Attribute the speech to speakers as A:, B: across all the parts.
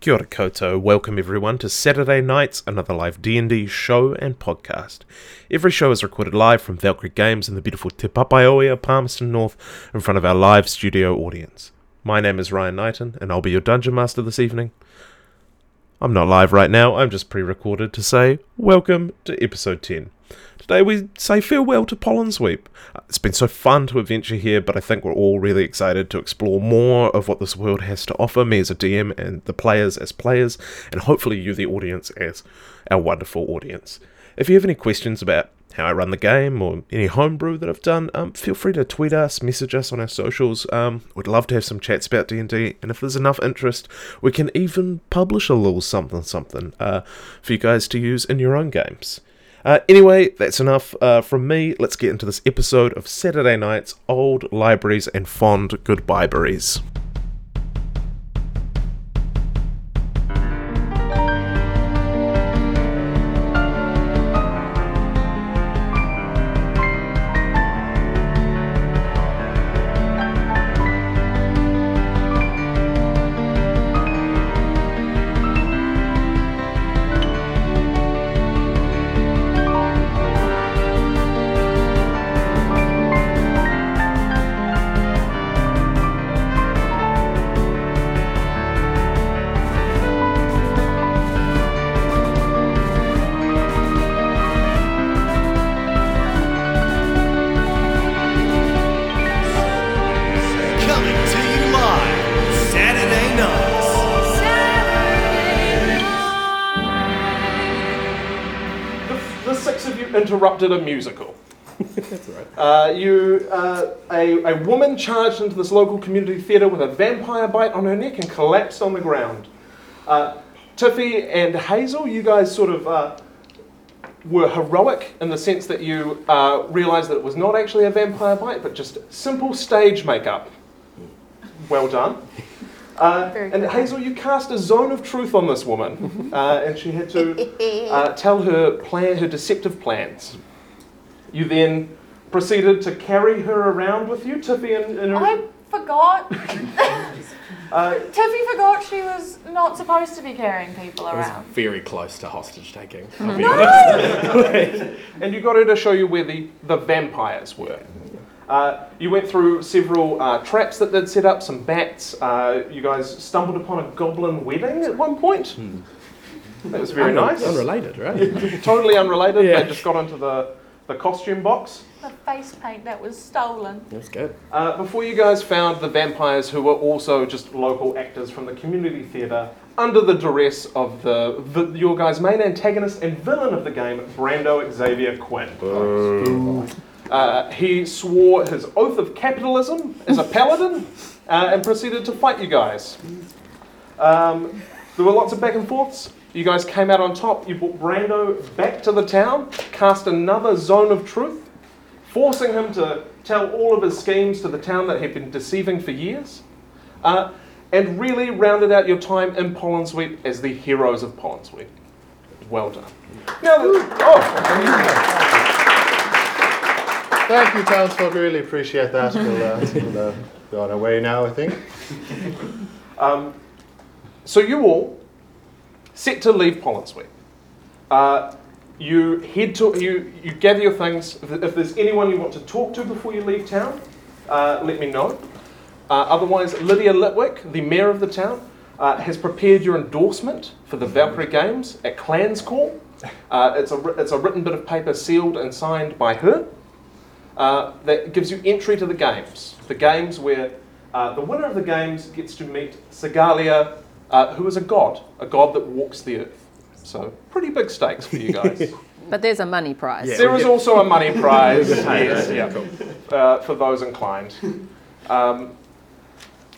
A: Kia ora koutou. Welcome everyone to Saturday night's another live D&D show and podcast. Every show is recorded live from Valkyrie Games in the beautiful Te Papaioia, Palmerston North, in front of our live studio audience. My name is Ryan Knighton, and I'll be your dungeon master this evening. I'm not live right now. I'm just pre-recorded to say welcome to episode 10. Today we say farewell to Pollen Sweep. It's been so fun to adventure here, but I think we're all really excited to explore more of what this world has to offer me as a DM and the players as players, and hopefully you, the audience, as our wonderful audience. If you have any questions about how I run the game or any homebrew that I've done, um, feel free to tweet us, message us on our socials. Um, we'd love to have some chats about D and D, and if there's enough interest, we can even publish a little something something uh, for you guys to use in your own games. Uh, anyway, that's enough uh, from me. Let's get into this episode of Saturday Night's Old Libraries and Fond Goodbyeberries.
B: Coming to you live Saturday nights.
A: The, the six of you interrupted a musical. That's right. Uh, you, uh, a, a woman charged into this local community theatre with a vampire bite on her neck and collapsed on the ground. Uh, Tiffy and Hazel, you guys sort of uh, were heroic in the sense that you uh, realised that it was not actually a vampire bite, but just simple stage makeup. Well done. Uh,
C: Very
A: and
C: good.
A: Hazel, you cast a zone of truth on this woman, uh, and she had to uh, tell her plan, her deceptive plans. You then proceeded to carry her around with you, Tiffy, and, and her,
C: I forgot.
A: uh,
C: Tiffy forgot she was not supposed to be carrying people
D: It was
C: around.
D: very close to hostage taking. I'll be
A: and you got her to show you where the, the vampires were. Uh, you went through several uh, traps that they'd set up, some bats. Uh, you guys stumbled upon a goblin wedding at one point. That was very
D: honest.
A: nice.
D: Unrelated, right?
A: Totally unrelated.
D: Yeah.
A: They just got into the, the costume box.
C: The face paint that was stolen.
D: That's good.
A: Uh, before you guys found the vampires who were also just local actors from the community theatre under the duress of the, the your guys' main antagonist and villain of the game, Brando Xavier Quinn. Uh, he swore his oath of capitalism as a paladin uh, and proceeded to fight you guys. Um, there were lots of back and forths. You guys came out on top. You brought Brando back to the town, cast another zone of truth, forcing him to tell all of his schemes to the town that he'd been deceiving for years, uh, and really rounded out your time in Polensweep as the heroes of Polensweep. Well done. Now, oh,
E: Thank you, townsfolk. We really appreciate that. We'll, uh, we'll uh, go on our way now, I think.
A: Um, so you all set to leave Pollinsweet. Uh, you head to you. You gather your things. If, if there's anyone you want to talk to before you leave town, uh, let me know. Uh, otherwise, Lydia Litwick, the mayor of the town, uh, has prepared your endorsement for the Valkyrie Games at Clans Call. Uh, it's a wri- it's a written bit of paper sealed and signed by her. Uh, that gives you entry to the games. The games where uh, the winner of the games gets to meet Sigalia, uh, who is a god, a god that walks the earth. So, pretty big stakes for you guys.
F: But there's a money prize.
D: Yeah.
A: there is also a money prize yes, yeah, uh, for those inclined. Um,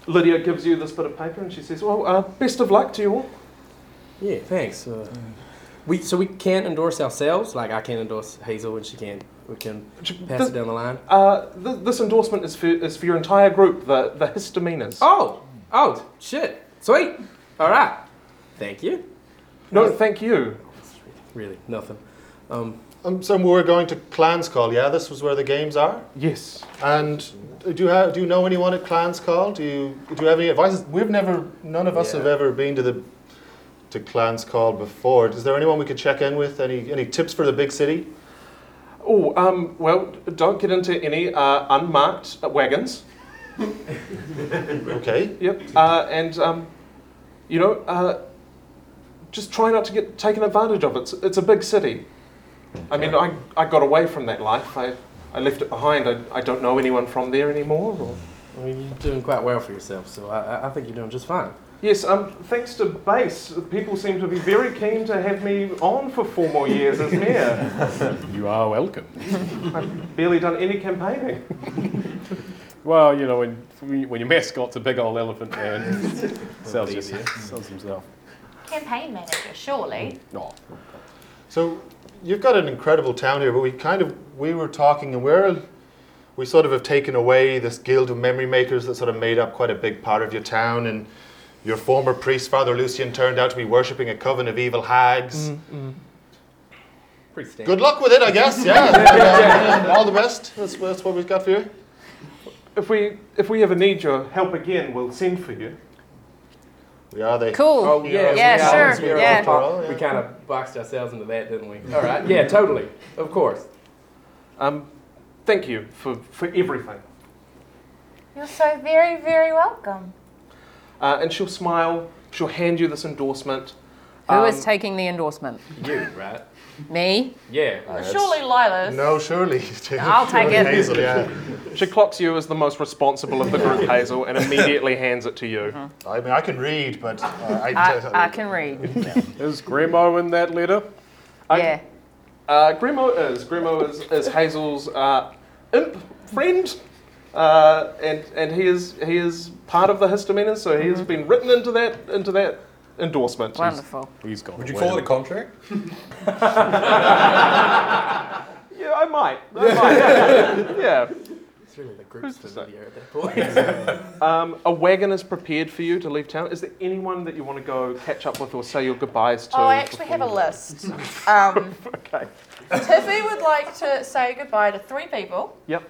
A: Lydia gives you this bit of paper and she says, Well, uh, best of luck to you all.
D: Yeah, thanks. Uh, we so we can't endorse ourselves. Like I can't endorse Hazel, and she can't. We can pass
A: Th-
D: it down the line.
A: Uh, th- this endorsement is for, is for your entire group, the, the Histaminers.
D: Oh, oh, shit, sweet. All right. Thank you.
A: no, thank you.
D: Really, nothing. Um,
E: Um, so we're going to Clans Call. Yeah, this was where the games are.
A: Yes.
E: And do you have, do you know anyone at Clans Call? Do you do you have any advice? We've never, none of us
D: Yeah.
E: have ever been to the to Clans Call before. Is there anyone we could check in with? Any any tips for the big city?
A: Oh, um, well, don't get into any uh, unmarked wagons.
E: Okay.
A: Yep. Uh, and, um, you know, uh, just try not to get taken advantage of. It's, it's a big city. I mean, I, I got away from that life. I, I left it behind. I, I don't know anyone from there anymore. Or...
D: I mean, you're doing quite well for yourself, so I, I- I think you're doing just fine.
A: Yes, um, thanks to Base, people seem to be very keen to have me on for four more years as mayor.
G: You are welcome.
A: I've barely done any campaigning.
G: Well, you know, when, when your mascot's a big old elephant man, sells, yourself, sells himself.
H: Campaign manager, surely.
G: No.
E: So you've got an incredible town here, but we kind of we were talking and we're we sort of have taken away this guild of memory makers that sort of made up quite a big part of your town and your former priest, Father Lucian, turned out to be worshipping a coven of evil hags.
D: Pretty standard.
E: Good luck with it, I guess. Yeah. All the best. That's, that's what we've got for you.
A: If we if we ever need your help again, we'll send for you.
E: We are the
F: Cool.
D: Oh, yeah.
F: Yeah,
D: we
F: sure,
D: always hear
F: yeah.
D: about pop-
E: Yeah.
D: We kind of boxed ourselves into that, didn't we? All right. Yeah, totally. Of course.
A: Um, thank you for, for everything.
H: You're so very, very welcome.
A: Uh, and she'll smile. She'll hand you this endorsement.
F: Who is
A: Um,
F: taking the endorsement?
D: You, right?
F: Me?
D: Yeah.
H: Surely Lila's.
E: No, surely.
F: I'll take it.
E: Hazel, yeah.
A: She clocks you as the most responsible of the group, Hazel, and immediately hands it to you.
E: I mean, I can read, but uh, I,
F: I, I can read.
G: Is Grandma in that letter?
A: I-
F: Yeah.
A: Uh, Grimo is Grimo is, is Hazel's uh, imp friend, uh, and and he is he is part of the histamines, so he has
H: Mm-hmm.
A: been written into that into that endorsement.
F: Wonderful.
G: He's gone.
I: Would you call it a contract?
A: Yeah, I might. I might. yeah.
D: It's really the group's
A: Who's that?
D: familiar at that point.
A: Um, a wagon is prepared for you to leave town. Is there anyone that you want to go catch up with or say your goodbyes to?
H: Oh, I actually have a list. Um,
A: Okay.
H: Tiffy would like to say goodbye to three people.
A: Yep.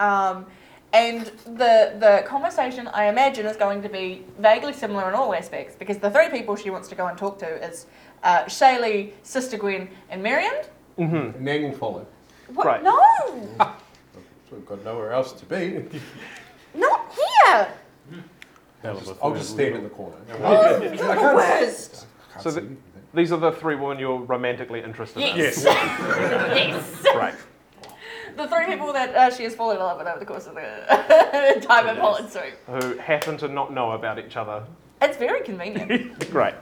H: Um, and the, the conversation, I imagine, is going to be vaguely similar in all aspects because the three people she wants to go and talk to is uh, Shaylee, Sister Gwen, and Marion.
D: Meg will follow.
A: Mm-hmm.
H: What?
A: Right.
H: No!
I: We've got nowhere else to be.
H: Not here!
I: I'll just stand in the corner.
H: You're the worst!
A: So the, these are the three women you're romantically interested in.
H: Yes. yes.
A: Right.
H: The three people that uh, she has fallen in love with over the course of the time in Poland, so
A: Who happen to not know about each other.
H: it's very convenient.
A: Great.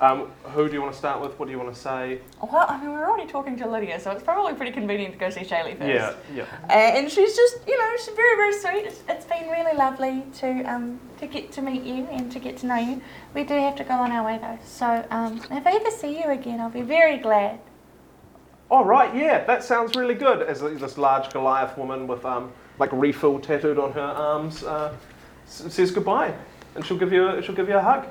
A: Um, who do you want to start with? What do you want to say?
H: well, I mean, we were already talking to Lydia, so it's probably pretty convenient to go see Shaylee first.
A: Yeah. Yeah.
H: Uh, and she's just, you know, she's very, very sweet. It's, it's been really lovely to um, to get to meet you and to get to know you. We do have to go on our way though, so um, if I ever see you again, I'll be very glad.
A: All right, yeah, that sounds really good. As this large Goliath woman with um, like refill tattooed on her arms uh, s- says goodbye, and she'll give you a, she'll give you a hug.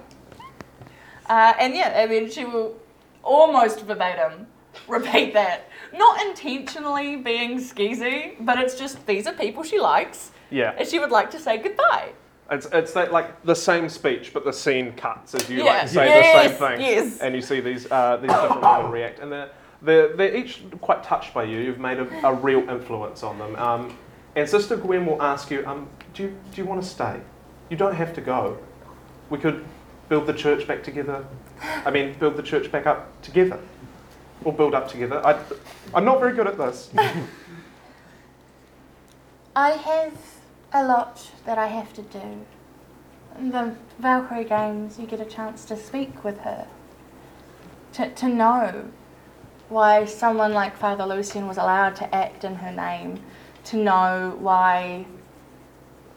H: Uh, and yeah, I mean, she will almost verbatim repeat that. Not intentionally being skeezy, but it's just these are people she likes,
A: Yeah,
H: and she would like to say goodbye.
A: it's it's that like the same speech, but the scene cuts as you
H: Yeah.
A: like say
H: Yes,
A: the same thing,
H: yes.
A: and you see these uh, these different women react, and they're, they're they're each quite touched by you. You've made a, a real influence on them. Um, and Sister Gwen will ask you, um, do you do you want to stay? You don't have to go. We could build the church back together. I mean, build the church back up together. Or build up together. I, I'm not very good at this.
C: I have a lot that I have to do. In the Valkyrie games, you get a chance to speak with her, to, to know why someone like Father Lucian was allowed to act in her name, to know why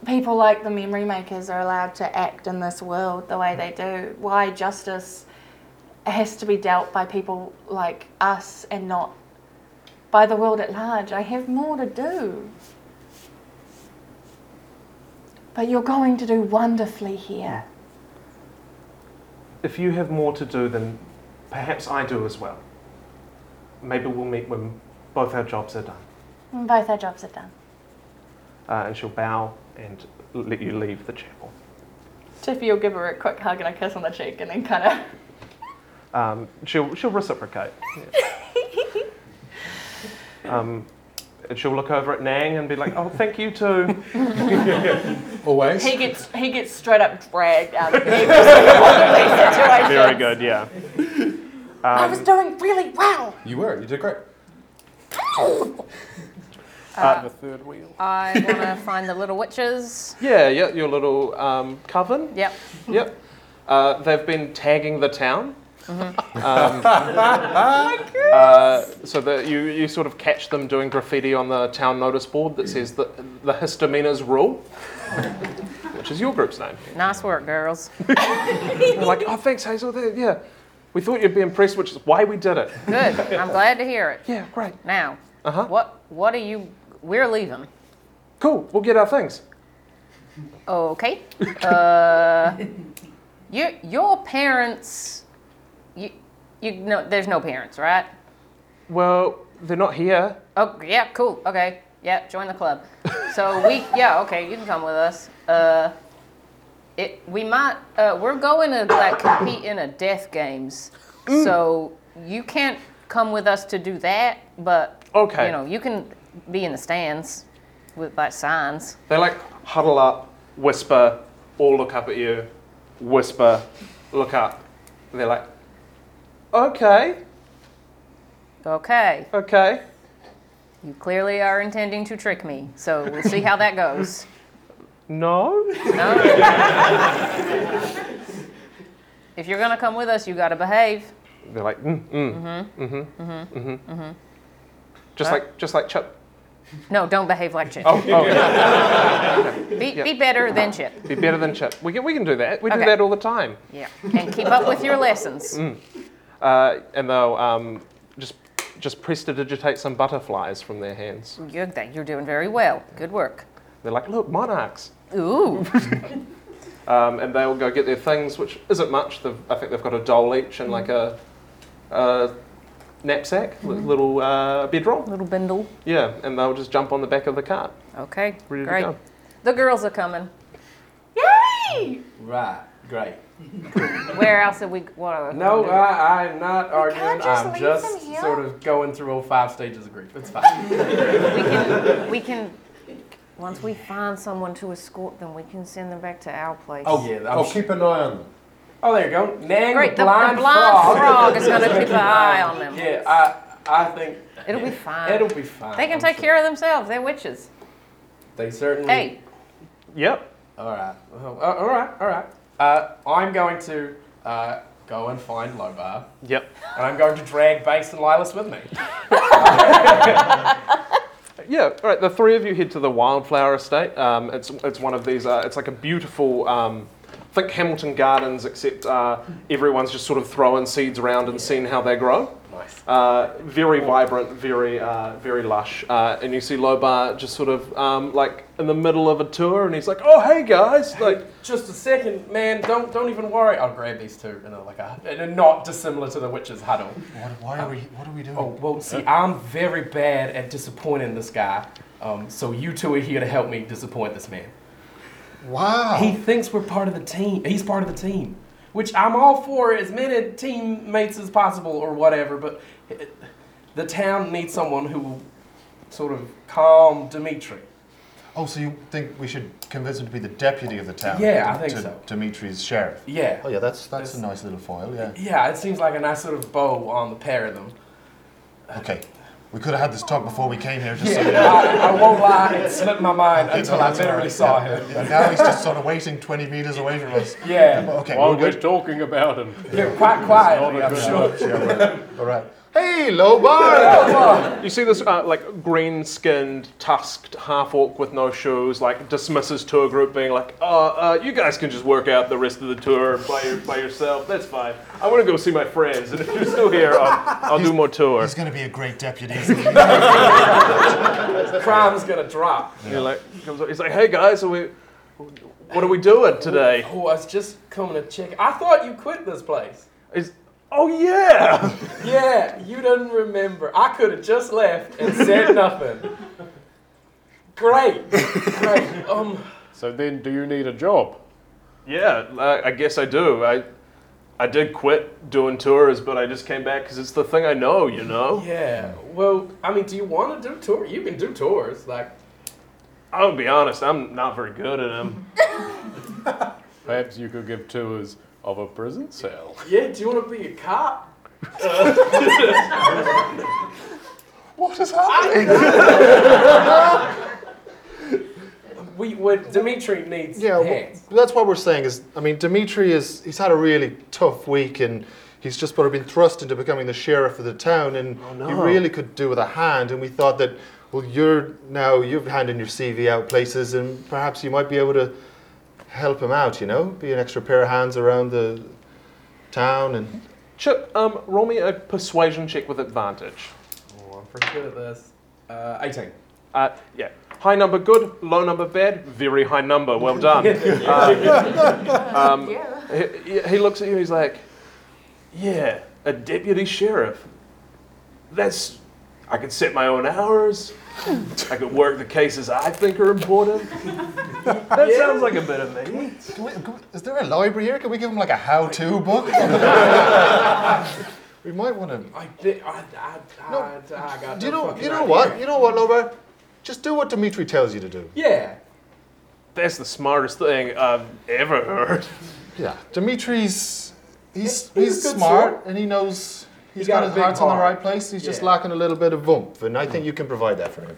C: people like the Memory Makers are allowed to act in this world the way they do, why justice has to be dealt by people like us and not by the world at large. I have more to do. But you're going to do wonderfully here.
A: If you have more to do, then perhaps I do as well. Maybe we'll meet when both our jobs are done.
C: And Both our jobs are done.
A: Uh, and she'll bow and let you leave the chapel.
H: Tiffy will give her a quick hug and a kiss on the cheek, and then kind of
A: um, she'll she'll reciprocate. Yeah. um, and she'll look over at Nang and be like, "Oh, thank you too."
I: Always.
H: He gets he gets straight up dragged out of every single situation.
A: Very good, yeah.
H: I was doing really well.
I: You were. You did great.
A: Uh,
G: the third wheel.
F: I want to find the little witches.
A: Yeah, yeah, your little um, coven.
F: Yep.
A: Yep. Uh, they've been tagging the town. Um, uh, so that you, you sort of catch them doing graffiti on the town notice board that says the, the histamines rule, which is your group's name.
F: Nice work, girls.
A: They're like, oh, thanks, Hazel. They- yeah, we thought you'd be impressed, which is why we did it.
F: Good. I'm glad to hear it.
A: Yeah, great.
F: Now,
A: Uh-huh.
F: what what are you? We're leaving.
A: Cool. We'll get our things.
F: Okay. Uh, your your parents. You you no. There's no parents, right?
A: Well, they're not here.
F: Oh yeah, cool. Okay, yeah, join the club. So we yeah okay, you can come with us. Uh, it we might uh, we're going to like compete in a death games.
A: Mm.
F: So you can't come with us to do that, but
A: Okay.
F: you know you can be in the stands with like signs.
A: They like huddle up, whisper, all look up at you, whisper, look up. And they're like, okay,
F: Okay,
A: okay.
F: you clearly are intending to trick me. So we'll see how that goes.
A: No?
F: No. if you're gonna come with us, you gotta behave.
A: They're like, mm, mm, mm-hmm, mm-hmm, mm-hmm, mm-hmm. Just like, just like Chip.
F: No, don't behave like Chip.
A: Oh, oh, yeah,
F: Be, be better than Chip.
A: be better than Chip. We can, we can do that. We do
F: Okay.
A: that all the time.
F: Yeah. And keep up with your lessons.
A: Uh, and they'll um, just, just press to digitate some butterflies from their hands.
F: You're, you're doing very well. Good work.
A: They're like, look, monarchs.
F: Ooh.
A: um, and they'll go get their things, which isn't much. They've, I think they've got a doll each and like a, a knapsack, li- little uh, bedroll.
F: Little bindle.
A: Yeah, and they'll just jump on the back of the cart,
F: Okay.
A: ready
F: great.
A: to go.
F: The girls are coming.
H: Yay!
D: Right. Great.
F: Where else are we? What are we
D: No,
F: gonna do?
D: I, I'm not arguing.
H: can't just
D: I'm
H: leave
D: just
H: them here.
D: sort of going through all five stages of grief. It's fine.
F: we can. We can. Once we find someone to escort them, we can send them back to our place.
I: Oh,
D: Yeah, that
I: I'll
D: was-
I: keep an eye on them.
D: oh, there you go. Nang
F: Great. The, the
D: the blind,
F: blind,
D: frog.
F: frog. is going to keep an eye on them.
D: Yeah, I, I think
F: It'll be fine.
D: it'll be fine.
F: Uh, they can
D: I'm
F: take
D: sure.
F: care of themselves. They're witches.
D: They certainly.
F: Hey,
A: Yep.
D: All right. Well, uh, all right. All right. Uh, I'm going to uh, go and find Lobar,
A: Yep.
D: and I'm going to drag Banks and Lilas with me.
A: Yeah, all right. The three of you head to the wildflower estate. Um, it's it's one of these. Uh, it's like a beautiful. Um, think Hamilton Gardens, except uh, everyone's just sort of throwing seeds around and seeing how they grow.
D: Nice.
A: Uh, very vibrant, very uh, very lush. Uh, and you see Lobar just sort of um, like in the middle of a tour, and he's like, "Oh, hey guys!" Like,
D: Just a second, man. Don't don't even worry. I'll grab these two in a, like a in a not dissimilar to the witch's huddle.
I: What, why are we? What are we doing?
D: Oh well, see, I'm very bad at disappointing this guy. Um, so you two are here to help me disappoint this man.
I: wow.
D: He thinks we're part of the team. He's part of the team, which I'm all for as many teammates as possible or whatever. But it- the town needs someone who will sort of calm Dimitri.
E: Oh, so you think we should convince him to be the deputy of the town?
D: Yeah, I
E: to-
D: think
E: to
D: so.
E: Dimitri's sheriff.
D: Yeah.
E: Oh yeah, that's that's a nice little foil. Yeah.
D: Yeah, it seems like a nice sort of bow on the pair of them.
E: Okay, we could have had this talk before we came here. Just so you know.
D: I, I won't lie, it slipped my mind until I
E: that's all
D: literally
E: right,
D: saw
E: yeah.
D: him.
E: Yeah, now he's just sort of waiting 20 meters away from us.
D: Yeah,
E: Okay,
G: While
E: we're
G: we're
E: good.
G: talking about him.
D: yeah, quite quietly, I'm sure.
E: All right. Hey, Lobar!
A: you see this uh, like green-skinned, tusked half orc with no shoes, like dismisses tour group, being like, "Oh, uh, you guys can just work out the rest of the tour by your, by yourself. That's fine. I want to go see my friends, and if you're still here, I'll, I'll do more tour."
E: He's going to be a great deputy.
D: Crime's gonna drop.
A: You're like, comes up, he's like, "Hey guys, are we, what are we doing today?"
D: Oh, I was just coming to check. I thought you quit this place.
A: He's, "Oh yeah."
D: Yeah, you didn't remember. I could have just left and said nothing. Great, great. Um,
G: So then, do you need a job?
A: Yeah, I, I guess I do. I, I did quit doing tours, but I just came back because it's the thing I know, you know?
D: Yeah. Well, I mean, do you want to do tour? You can do tours. Like,
A: I'll be honest, I'm not very good at them.
G: Perhaps you could give tours of a prison cell.
D: yeah. Do you want to be a cop?
I: What is happening?
D: We what Dimitri needs
E: Yeah, well,
D: hands.
E: that's what we're saying is, I mean, Dimitri is, he's had a really tough week and he's just sort of been thrust into becoming the sheriff of the town and
I: Oh,
E: he really could do with a hand and we thought that, well, you're now, you're handing your CV out places and perhaps you might be able to help him out, you know? Be an extra pair of hands around the town and
A: Chip, um, roll me a persuasion check with advantage.
D: Oh, I'm pretty good at this. Uh, 18.
A: Uh, yeah. High number good, low number bad, very high number. Well done. Uh, um, he, he looks at you, he's like, Yeah, a deputy sheriff. That's. I can set my own hours. I could work the cases I think are important. That sounds like a bit of me.
I: Can we- can we- is there a library here? Can we give him like a how-to book?
E: we might want to
D: I did. I, I, I, I, got
E: Do you
D: no
E: know?
D: fucking
E: You know
D: idea.
E: what? You know what, Laura? Just do what Dimitri tells you to do.
D: Yeah.
A: That's the smartest thing I've ever heard.
E: Yeah, Dimitri's. He's
D: He- he's
E: he's,
D: a good
E: smart
D: sort.
E: and he knows he's
D: got
E: got,
D: a
E: his
D: big
E: heart's on the
D: heart.
E: right place. He's just
D: Yeah.
E: lacking a little bit of oomph, and I think you can provide that for him.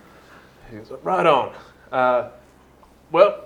A: He goes, Right on. Uh, well,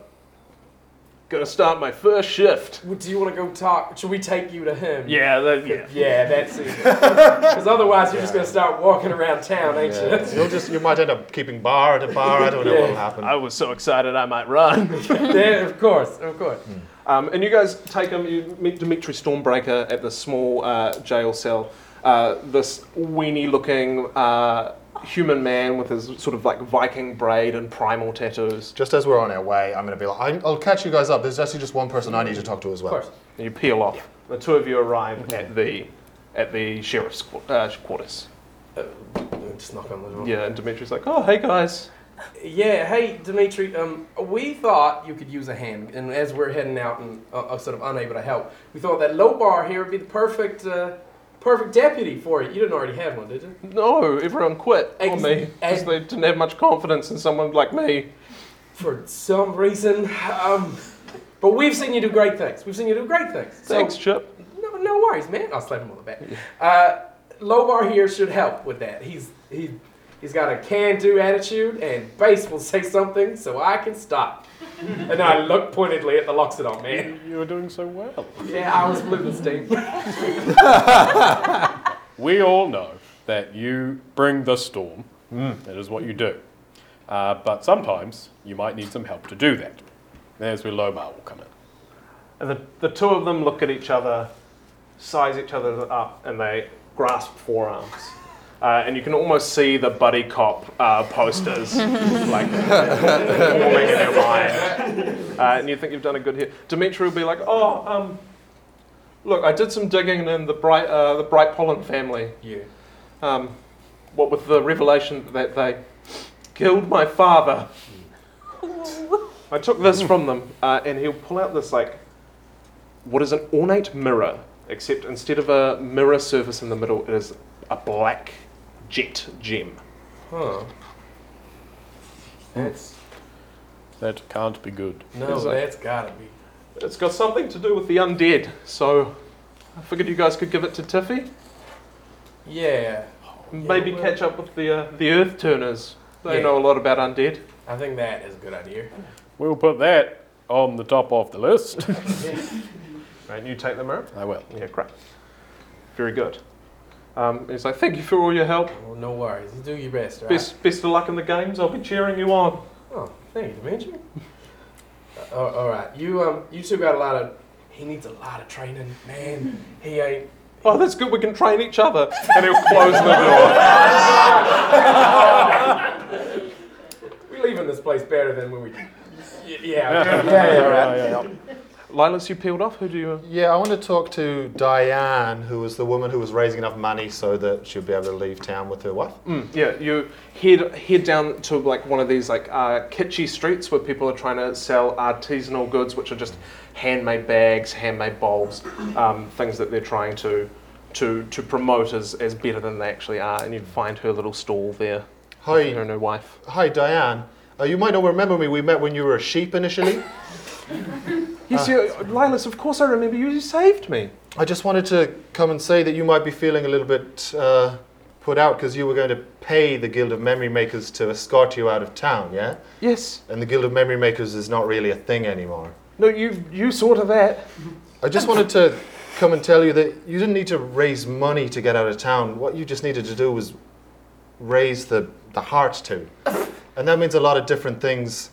A: gonna start my first shift.
D: Well, do you want to go talk? Should we take you to him?
A: Yeah, that, yeah.
D: Yeah, that's it. Because otherwise, you're just going to start walking around town, ain't you?
E: You'll just you might end up keeping bar at a bar. I don't know what'll
D: Yeah.
E: happen.
A: I was so excited I might run.
D: yeah, of course, of course.
A: um, and you guys take him, you meet Dimitri Stormbreaker at the small uh, jail cell. Uh, this weenie looking uh, human man with his sort of like Viking braid and primal tattoos.
E: Just as we're on our way, I'm gonna be like, I'm, I'll catch you guys up. There's actually just one person I need to talk to as well.
D: course.
A: And you peel off. The two of you arrive at the at the sheriff's qu- uh, quarters.
D: Just knock on the door.
A: Yeah, and Dimitri's like, oh, hey guys.
D: Yeah, hey, Dimitri, um, we thought you could use a hand, and as we're heading out and uh, uh, sort of unable to help, we thought that low bar here would be the perfect, uh, perfect deputy for you. You didn't already have one, did you?
A: No, everyone quit on
D: Ex-
A: me because
D: ex-
A: they didn't have much confidence in someone like me.
D: For some reason, um, but we've seen you do great things. We've seen you do great things. So,
A: Thanks, Chip.
D: No, no worries, man. I'll slap him on the back. Uh, Lobar here should help with that. He's he, he's got a can-do attitude, and Base will say something so I can stop. and I look pointedly at the Loxodon man.
G: You were doing so well.
D: Yeah, I was Blumenstein.
G: We all know that you bring the storm.
E: Mm.
G: That is what you do. Uh, but sometimes you might need some help to do that. There's where Lomar will come in.
A: And the, the two of them look at each other, size each other up, and they grasp forearms. Uh, and you can almost see the buddy cop uh, posters like forming in your mind. Uh, and you think you've done a good hit. Dimitri will be like, oh, um, look, I did some digging in the Bright, uh, the Bright Pollen family.
D: Yeah.
A: Um, what with the revelation that they killed my father. I took this from them, uh, and he'll pull out this like what is an ornate mirror, except instead of a mirror surface in the middle, it is a black jet gem.
D: Huh. That's
G: That can't be good.
D: no,
A: Is it?
D: that's gotta be.
A: It's got something to do with the undead, so I figured you guys could give it to Tiffy.
D: Yeah,
A: Maybe
D: well-
A: catch up with the uh, the Earth Turners. They
D: Yeah.
A: know a lot about undead.
D: I think that is a good idea.
G: We'll put that on the top of the list.
A: And you take the mirror.
G: I will.
A: Yeah, great. Very good. Um, he's like, thank you for all your help.
D: Well, no worries. You do your best, all right?
A: Best, best of luck in the games. I'll be cheering you on.
D: Oh, thank you, Dimitri. uh, all- all right, you um, you two got a lot of. He needs a lot of training, man. He ain't.
A: Oh, that's good. We can train each other. And he'll close the door.
D: We're leaving this place better than when we. Y- Yeah, yeah, yeah, yeah, all right.
A: Lilas, you peeled off. Who do you?
E: Yeah, I want to talk to Diane, who was the woman who was raising enough money so that she would be able to leave town with her wife.
A: Mm, yeah, you head head down to like one of these like uh, kitschy streets where people are trying to sell artisanal goods, which are just handmade bags, handmade bulbs, um, things that they're trying to to to promote as, as better than they actually are. And you find her little stall there.
E: Hi.
A: Her and her wife.
E: Hi, Diane. Uh, you might not remember me. We met when you were a sheep initially.
A: Yes, you, Lilas. Of course, I remember you. You saved me.
E: I just wanted to come and say that you might be feeling a little bit uh, put out because you were going to pay the Guild of Memory Makers to escort you out of town, yeah?
A: Yes.
E: And the Guild of Memory Makers is not really a thing anymore.
A: No, you you sort of that.
E: I just wanted to come and tell you that you didn't need to raise money to get out of town. What you just needed to do was raise the, the heart to. And that means a lot of different things.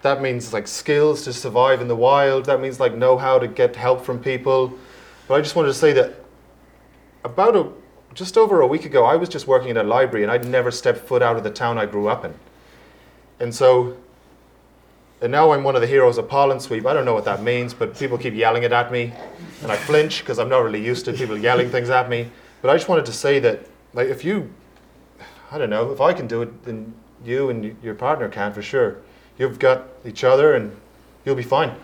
E: That means like skills to survive in the wild. That means like know how to get help from people. But I just wanted to say that about a just over a week ago, I was just working in a library and I'd never stepped foot out of the town I grew up in. And so and now I'm one of the heroes of Pollen Sweep. I don't know what that means, but people keep yelling it at me, and I flinch because I'm not really used to people yelling things at me. But I just wanted to say that, like, if you, I don't know, if I can do it, then you and y- your partner can for sure. You've got each other, and you'll be fine.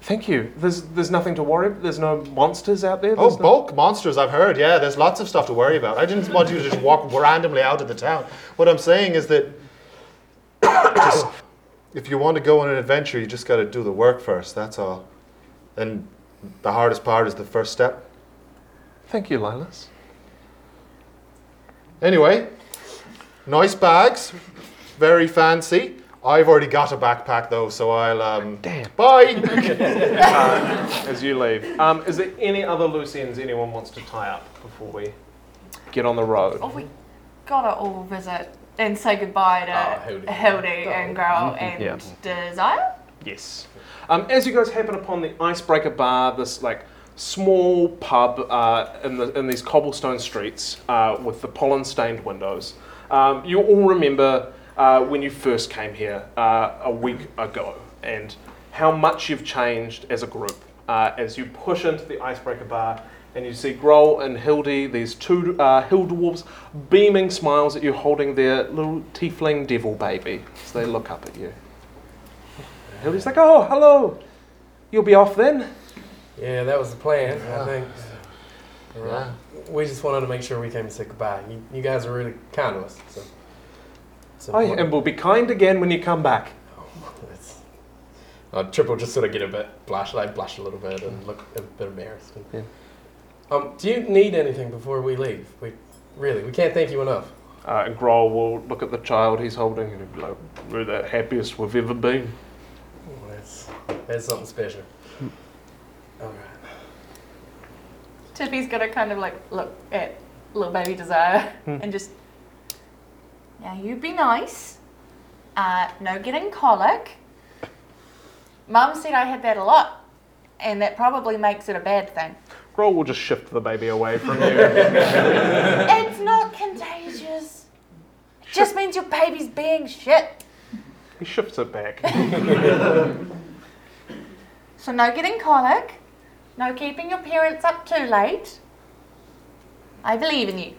A: Thank you. There's there's nothing to worry. There's no monsters out there.
E: Oh,
A: There's no-
E: bulk monsters! I've heard. Yeah, there's lots of stuff to worry about. I didn't want you to just walk randomly out of the town. What I'm saying is that, just, if you want to go on an adventure, you just got to do the work first. That's all. And the hardest part is the first step.
A: Thank you, Lilas.
E: Anyway, nice bags, very fancy. I've already got a backpack though, so I'll. Um,
A: Damn.
E: Bye.
A: As you leave, um, is there any other loose ends anyone wants to tie up before we get on the road?
C: Well, Oh, we gotta all visit and say goodbye
G: Ah,
A: Oh,
C: to
G: Hildy.
C: Hildy, and Growl
A: Mm-hmm.
C: and Desire.
A: Yes. Um, as you guys happen upon the Icebreaker Bar, this like small pub uh, in, the, in these cobblestone streets uh, with the pollen-stained windows, um, you all remember uh, when you first came here uh, a week ago and how much you've changed as a group. Uh, as you push into the Icebreaker Bar and you see Groll and Hildy, these two uh, hill dwarves, beaming smiles at you, holding their little tiefling devil baby as they look up at you. Hildy's like, oh, hello. You'll be off then?
D: Yeah, that was the plan. I think
E: Yeah.
D: we just wanted to make sure we came to say goodbye. You, you guys are really kind to us, so. so
A: I and we'll be kind again when you come back.
D: It's- Uh, Triple just sort of get a bit blush, like blush a little bit and look a bit embarrassed.
A: Yeah.
D: Um, do you need anything before we leave? We really, we can't thank you enough.
A: Uh, and Groll will look at the child he's holding and he'll be like, we're the happiest we've ever been.
D: Well, Oh, that's that's something special.
A: Hmm.
D: All right.
C: Tippy's gonna kind of like look at little baby Desire and just. Now you be nice. Uh, no getting colic. Mum said I had that a lot, and that probably makes it a bad thing.
A: Groll will just shift the baby away from you.
C: It's not contagious. It just means your baby's being shit.
A: he shifts it back.
C: So no getting colic, no keeping your parents up too late. I believe in you.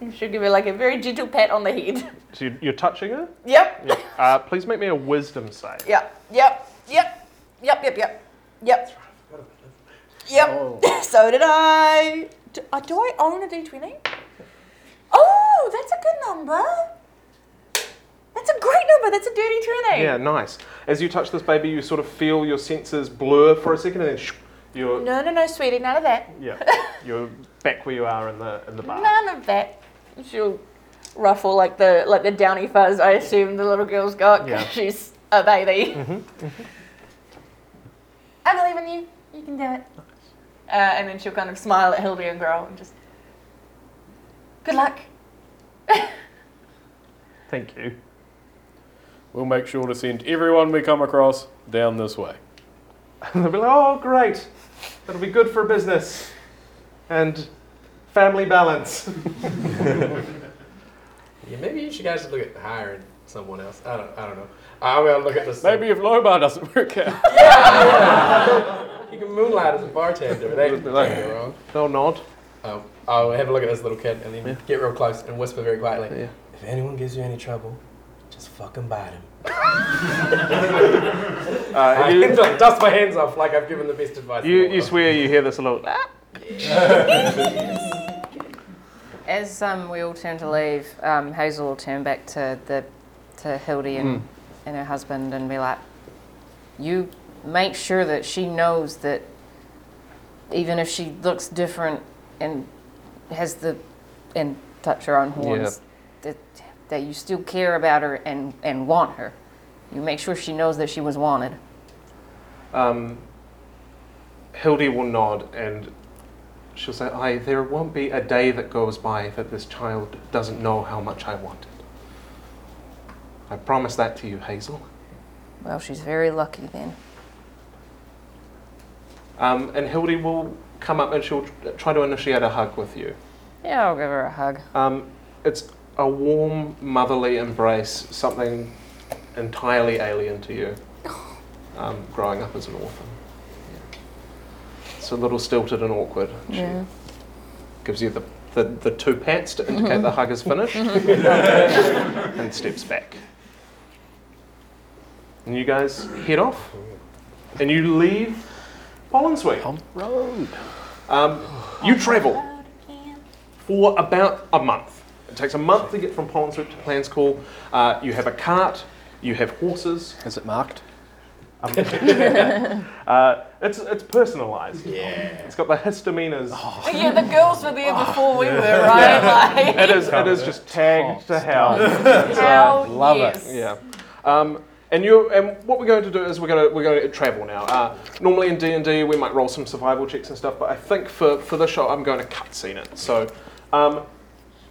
H: You should give her like a very gentle pat on the head.
A: So you, you're touching her?
H: Yep.
A: Yeah. Uh, please make me a wisdom save.
H: Yep. Yep. Yep. Yep. Yep. Yep. Yep. Yep. so did I. Do, uh, do I own a D20? Oh, that's a good number. That's a great number. That's a dirty 20.
A: Yeah, nice. As you touch this baby, you sort of feel your senses blur for a second and then shoo, you're,
C: No, no, no, sweetie, none of that.
A: yeah, you're back where you are in the, in the bar.
C: None of that.
H: She'll ruffle like the like the downy fuzz I assume the little girl's got 'cause
A: Yeah.
H: she's a baby.
G: Mm-hmm,
C: I believe in you. You can do it.
H: Uh, and then she'll kind of smile at Hildy and Growl and just
C: Good luck.
A: Thank you.
G: We'll make sure to send everyone we come across down this way.
A: And they'll be like, oh, great. That'll be good for business and family balance.
D: Yeah, maybe you should guys should look at hiring someone else. I don't, I don't know. I'm gonna look at this.
G: Maybe if Lobar doesn't work out.
D: You can moonlight as a bartender. They ain't nothing wrong.
A: They'll nod.
D: Oh, I'll have a look at this little kid and then get real close and whisper very quietly.
A: Yeah.
D: If anyone gives you any trouble, just fucking bite him.
A: Uh,
D: I
A: you,
D: dust my hands off like I've given the best advice. in
A: you,
D: the
A: you
D: world.
A: swear you hear this a lot.
F: As um, we all turn to leave, um, Hazel will turn back to the to Hildy and, and her husband and be like, "You make sure that she knows that even if she looks different and has the and touch her own horns, that that you still care about her and and want her. You make sure she knows that she was wanted."
A: Um, Hildy will nod and she'll say, I, There won't be a day that goes by that this child doesn't know how much I want it. I promise that to you, Hazel.
F: Well, she's very lucky then.
A: Um, and Hildy will come up and she'll tr- try to initiate a hug with you.
F: Yeah, I'll give her a hug.
A: Um, it's a warm, motherly embrace, something entirely alien to you um, growing up as an orphan. It's a little stilted and awkward. She
F: Yeah.
A: gives you the, the, the two pats to indicate the hug is finished and steps back. And you guys head off and you leave Pollen Suite.
G: Road.
A: Um, you travel for about a month. It takes a month to get from Pollinswood to Planscall. Uh, you have a cart, you have horses.
G: Is it marked?
A: Uh, it's it's personalised. Yeah. It's got the histamines.
G: Oh,
F: yeah, the girls were there before we were, right?
A: It is it is just
G: Oh,
A: tagged to hell.
G: Love it.
A: Yeah. Um, and you and what we're going to do is we're going to we're going to travel now. Uh, normally in D and D we might roll some survival checks and stuff, but I think for for this show I'm going to cutscene it. So, um,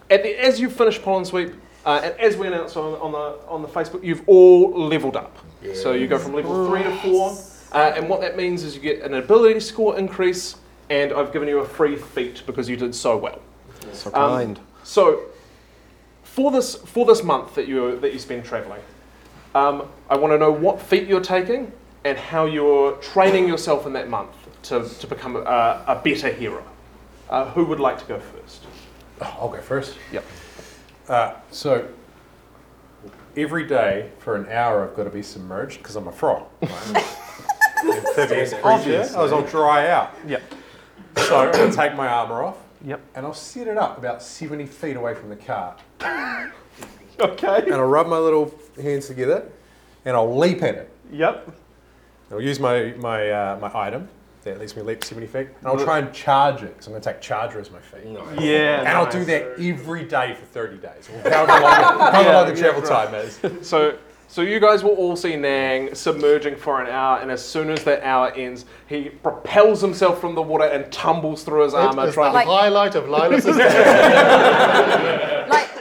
A: at the, as you finish pollen sweep. Uh, and as we announced on, on the on the Facebook, you've all leveled up. So you go from level three to four, uh, and what that means is you get an ability score increase, and I've given you a free feat because you did so well.
G: So
A: Um, so, for this for this month that you that you spend traveling, um, I want to know what feat you're taking and how you're training yourself in that month to, to become a, a better hero. Uh, who would like to go first?
G: I'll go first.
A: Yep.
G: Uh, so every day for an hour, I've got to be submerged because I'm a frog. right? Amphibious creatures. I was on dry out.
A: Yep.
G: So I'll take my armour off
A: Yep.
G: and I'll set it up about 70 feet away from the cart.
A: Okay.
G: And I'll rub my little hands together and I'll leap at it.
A: Yep.
G: I'll use my my uh, my item that lets me leap 70 feet, and I'll try and charge it because I'm going to take charger as my feet.
A: Yeah.
G: And I'll do that every day for 30 days. or However long, however long the travel time is.
A: So so you guys will all see Nang submerging for an hour, and as soon as that hour ends, he propels himself from the water and tumbles through his
E: It
A: armor,
E: is the
A: trying
F: Like-
E: highlight of Lila's day.
F: like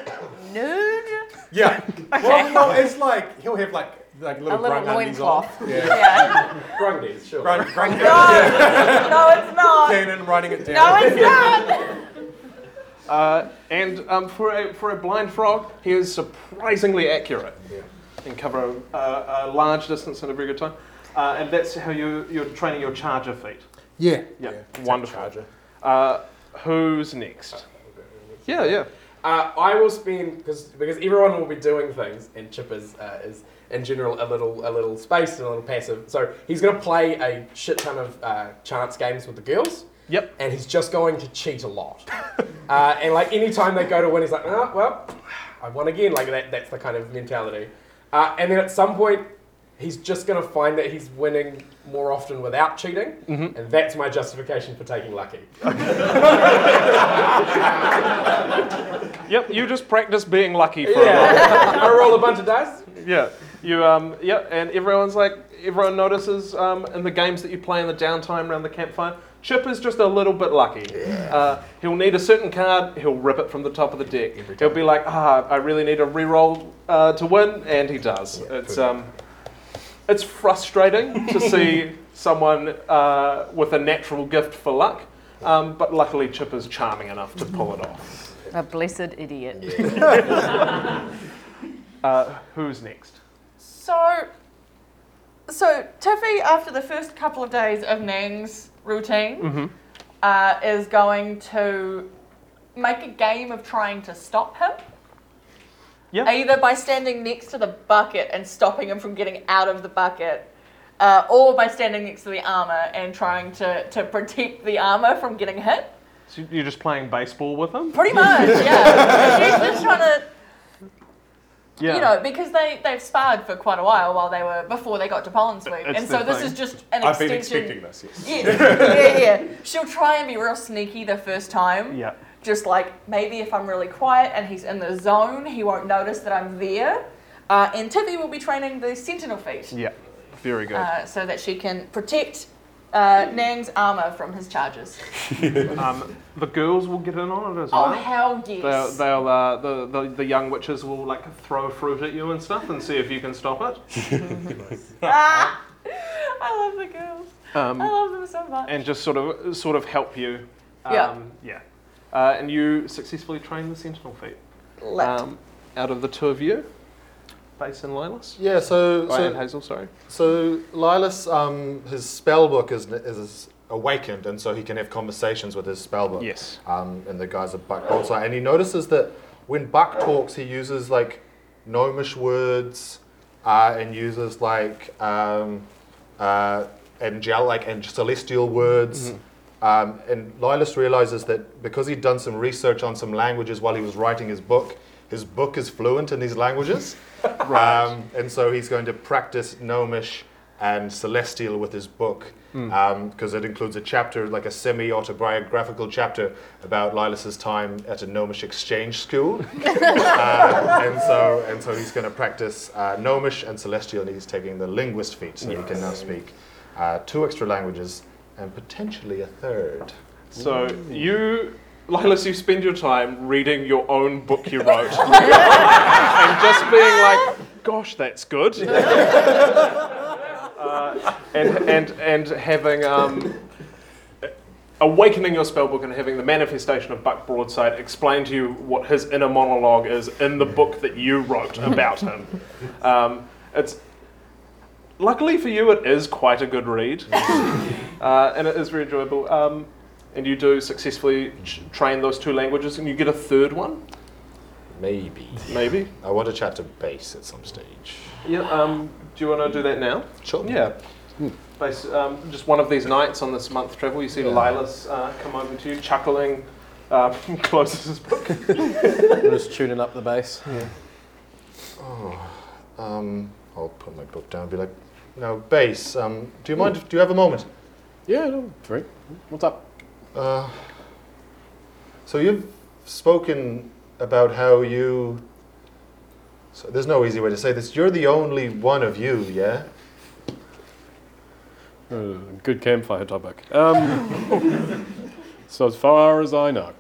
F: nude.
G: Yeah. Well, no, it's like he'll have like like little,
F: A little
G: grung undies on.
F: loincloth.
G: Yeah.
F: Yeah.
D: Grundies, sure.
G: Grung, grung
F: no, it's not.
G: cannon, writing it down.
F: No, it's not.
A: Uh, and um, for, a, for a blind frog, he is surprisingly accurate and cover a, a, a large distance in a very good time. Uh, and that's how you, you're training your charger feet.
G: yeah.
A: Yeah,
G: Take
A: wonderful.
G: Charger.
A: Uh, who's next? Yeah, yeah.
D: Uh, I will spend because because everyone will be doing things, and Chip is uh, is in general a little a little spaced and a little passive. So he's going to play a shit ton of uh, chance games with the girls.
A: Yep.
D: And he's just going to cheat a lot. uh, and like any time they go to win, he's like, oh, well, I won again. Like that, that's the kind of mentality. Uh, and then at some point, he's just going to find that he's winning more often without cheating,
A: Mm-hmm.
D: and that's my justification for taking lucky.
A: Yep, you just practice being lucky for a while.
D: Yeah. I roll a bunch of dice.
A: Yeah, you um, yeah, and everyone's like, everyone notices um, in the games that you play in the downtime around the campfire. Chip is just a little bit lucky. Uh, he'll need a certain card. He'll rip it from the top of the deck. He'll be like, ah, I really need a reroll uh, to win, and he does. it's um, it's frustrating to see someone uh, with a natural gift for luck, um, but luckily Chip is charming enough to pull it off.
F: A blessed idiot.
A: Uh, who's next?
C: So, so Tiffy, after the first couple of days of Nang's routine,
A: Mm-hmm.
C: uh, is going to make a game of trying to stop him.
A: Yeah.
C: Either by standing next to the bucket and stopping him from getting out of the bucket, uh, or by standing next to the armor and trying to, to protect the armor from getting hit.
A: So you're just playing baseball with them?
C: Pretty much, yeah. She's just trying to,
A: Yeah.
C: you know, because they, they've sparred for quite a while while they were, before they got to Poland Swoop.
A: It's
C: And so
A: their
C: this
A: thing.
C: is just an
J: I've been
C: extension.
J: expecting this.
C: yeah,
J: Yes.
C: yeah, yeah. She'll try and be real sneaky the first time.
A: yeah.
C: just like maybe if I'm really quiet and he's in the zone, he won't notice that I'm there. Uh, and Tiffy will be training the sentinel feet
A: Yeah. Very good.
C: uh, so that she can protect uh, Nang's armor from his charges.
A: um, the girls will get in on it as
C: Oh,
A: well.
C: hell
A: They'll,
C: yes.
A: they'll uh, the, the the young witches will like throw fruit at you and stuff and see if you can stop
C: Ah! I love the girls.
A: it. Um,
C: I love them so much.
A: and just sort of sort of help you. Um,
C: Yeah.
A: yeah. Uh, and you successfully train the sentinel feet.
C: Lit.
A: um, out of the two of you, Bass and Lilas.
E: Yeah, so
A: Right, and
E: so,
A: Hazel, sorry.
E: so Lilas, um, his spell book is, is awakened, and so he can have conversations with his spell book.
A: Yes.
E: Um, and the guys at Buck Bullseye, and he notices that when Buck talks, he uses like gnomish words uh, and uses like um, uh, angel like and celestial words. Um, and Lilas realizes that because he'd done some research on some languages while he was writing his book, his book is fluent in these languages. Um, and so he's going to practice gnomish and celestial with his book because it includes a chapter, like a semi autobiographical chapter about Lilas's time at a gnomish exchange school. uh, and, so, and so he's going to practice uh, gnomish and celestial, and he's taking the linguist feat, so he can now speak uh, two extra languages and potentially a third.
J: So you, Lilas, you spend your time reading your own book you wrote and just being like, "Gosh, that's good," uh, and and and having um, awakening your spellbook and having the manifestation of Buck Broadside explain to you what his inner monologue is in the book that you wrote about him. Um, it's luckily for you, it is quite a good read, uh, and it is very enjoyable. Um, and you do successfully ch- train those two languages, and you get a third one,
E: Maybe.
J: maybe.
E: I want to chat to bass at some stage.
A: Yeah. Um, do you want to do that now?
E: Sure.
A: Yeah.
K: Hmm.
A: Bas- um, just one of these nights on this month travel, you see Lilas uh, come over to you, chuckling, uh, closes his book.
K: just tuning up the bass.
E: Um, I'll put my book down and be like, no, bass, um, do you mind? if- Do you have a moment?
K: Yeah, no, three. What's up?
E: Uh, so you've spoken about how you. So there's no easy way to say this. You're the only one of you, yeah?
J: Uh, good campfire topic. Um, so as far as I know,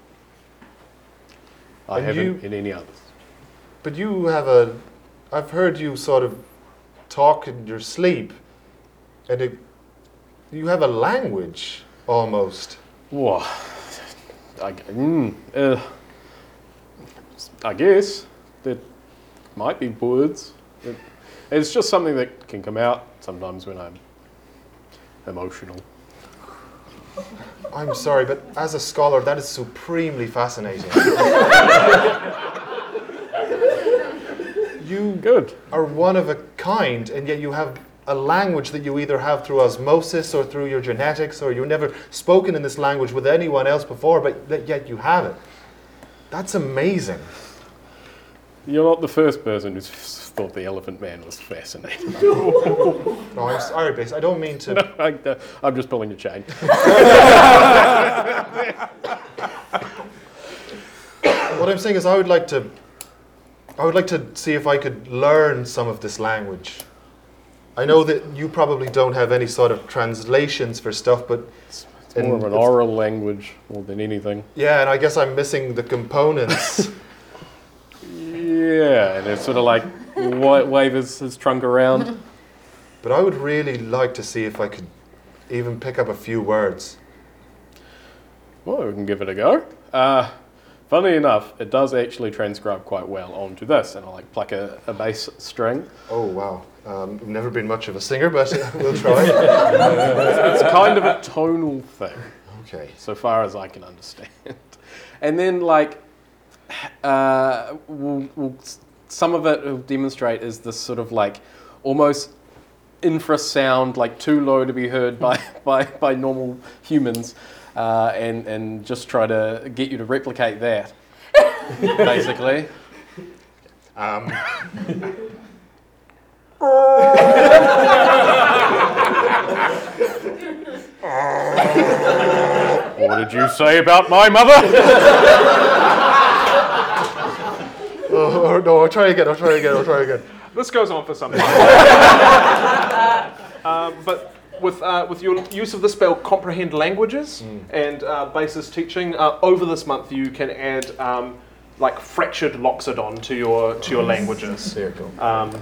J: I
E: And
J: haven't
E: you-
J: in any others.
E: But you have a. I've heard you sort of talk in your sleep, and it, you have a language almost.
J: Whoa. I, g- mm, uh, I guess there might be words. It- it's just something that can come out sometimes when I'm emotional.
E: I'm sorry, but as a scholar, that is supremely fascinating. you
J: Good.
E: are one of a kind, and yet you have a language that you either have through osmosis or through your genetics, or you've never spoken in this language with anyone else before, but that yet you have it. That's amazing.
J: You're not the first person who's thought the Elephant Man was fascinating.
E: No, I'm sorry, Bass. I don't mean to.
J: I, am uh, just pulling your chain.
E: What I'm saying is, I would like to. I would like to see if I could learn some of this language. I know that you probably don't have any sort of translations for stuff, but
J: It's, it's
E: And
J: more of an
E: it's-
J: oral language more than anything.
E: yeah, and I guess I'm missing the components.
J: Yeah, and it's sort of like wa- wavers his trunk around.
E: but I would really like to see if I could even pick up a few words.
J: Well, we can give it a go. Uh, Funny enough, it does actually transcribe quite well onto this, and I like pluck a, a bass string.
E: Oh wow! Um, I've never been much of a singer, but we'll try.
J: it's, it's kind of a tonal thing.
E: Okay.
J: So far as I can understand, and then like, uh, we'll, we'll, some of it will demonstrate is this sort of like almost infrasound, like too low to be heard by by, by normal humans, uh, and and just try to get you to replicate that, basically.
E: Um.
J: what did you say about my mother?
E: Oh, oh, no, I'll try again. I'll try again. I'll try again.
A: This goes on for some time. um, but with, uh, with your use of the spell Comprehend Languages and uh, basis teaching, uh, over this month you can add um, like fractured Loxodon to your to your languages.
E: There you go.
A: Um,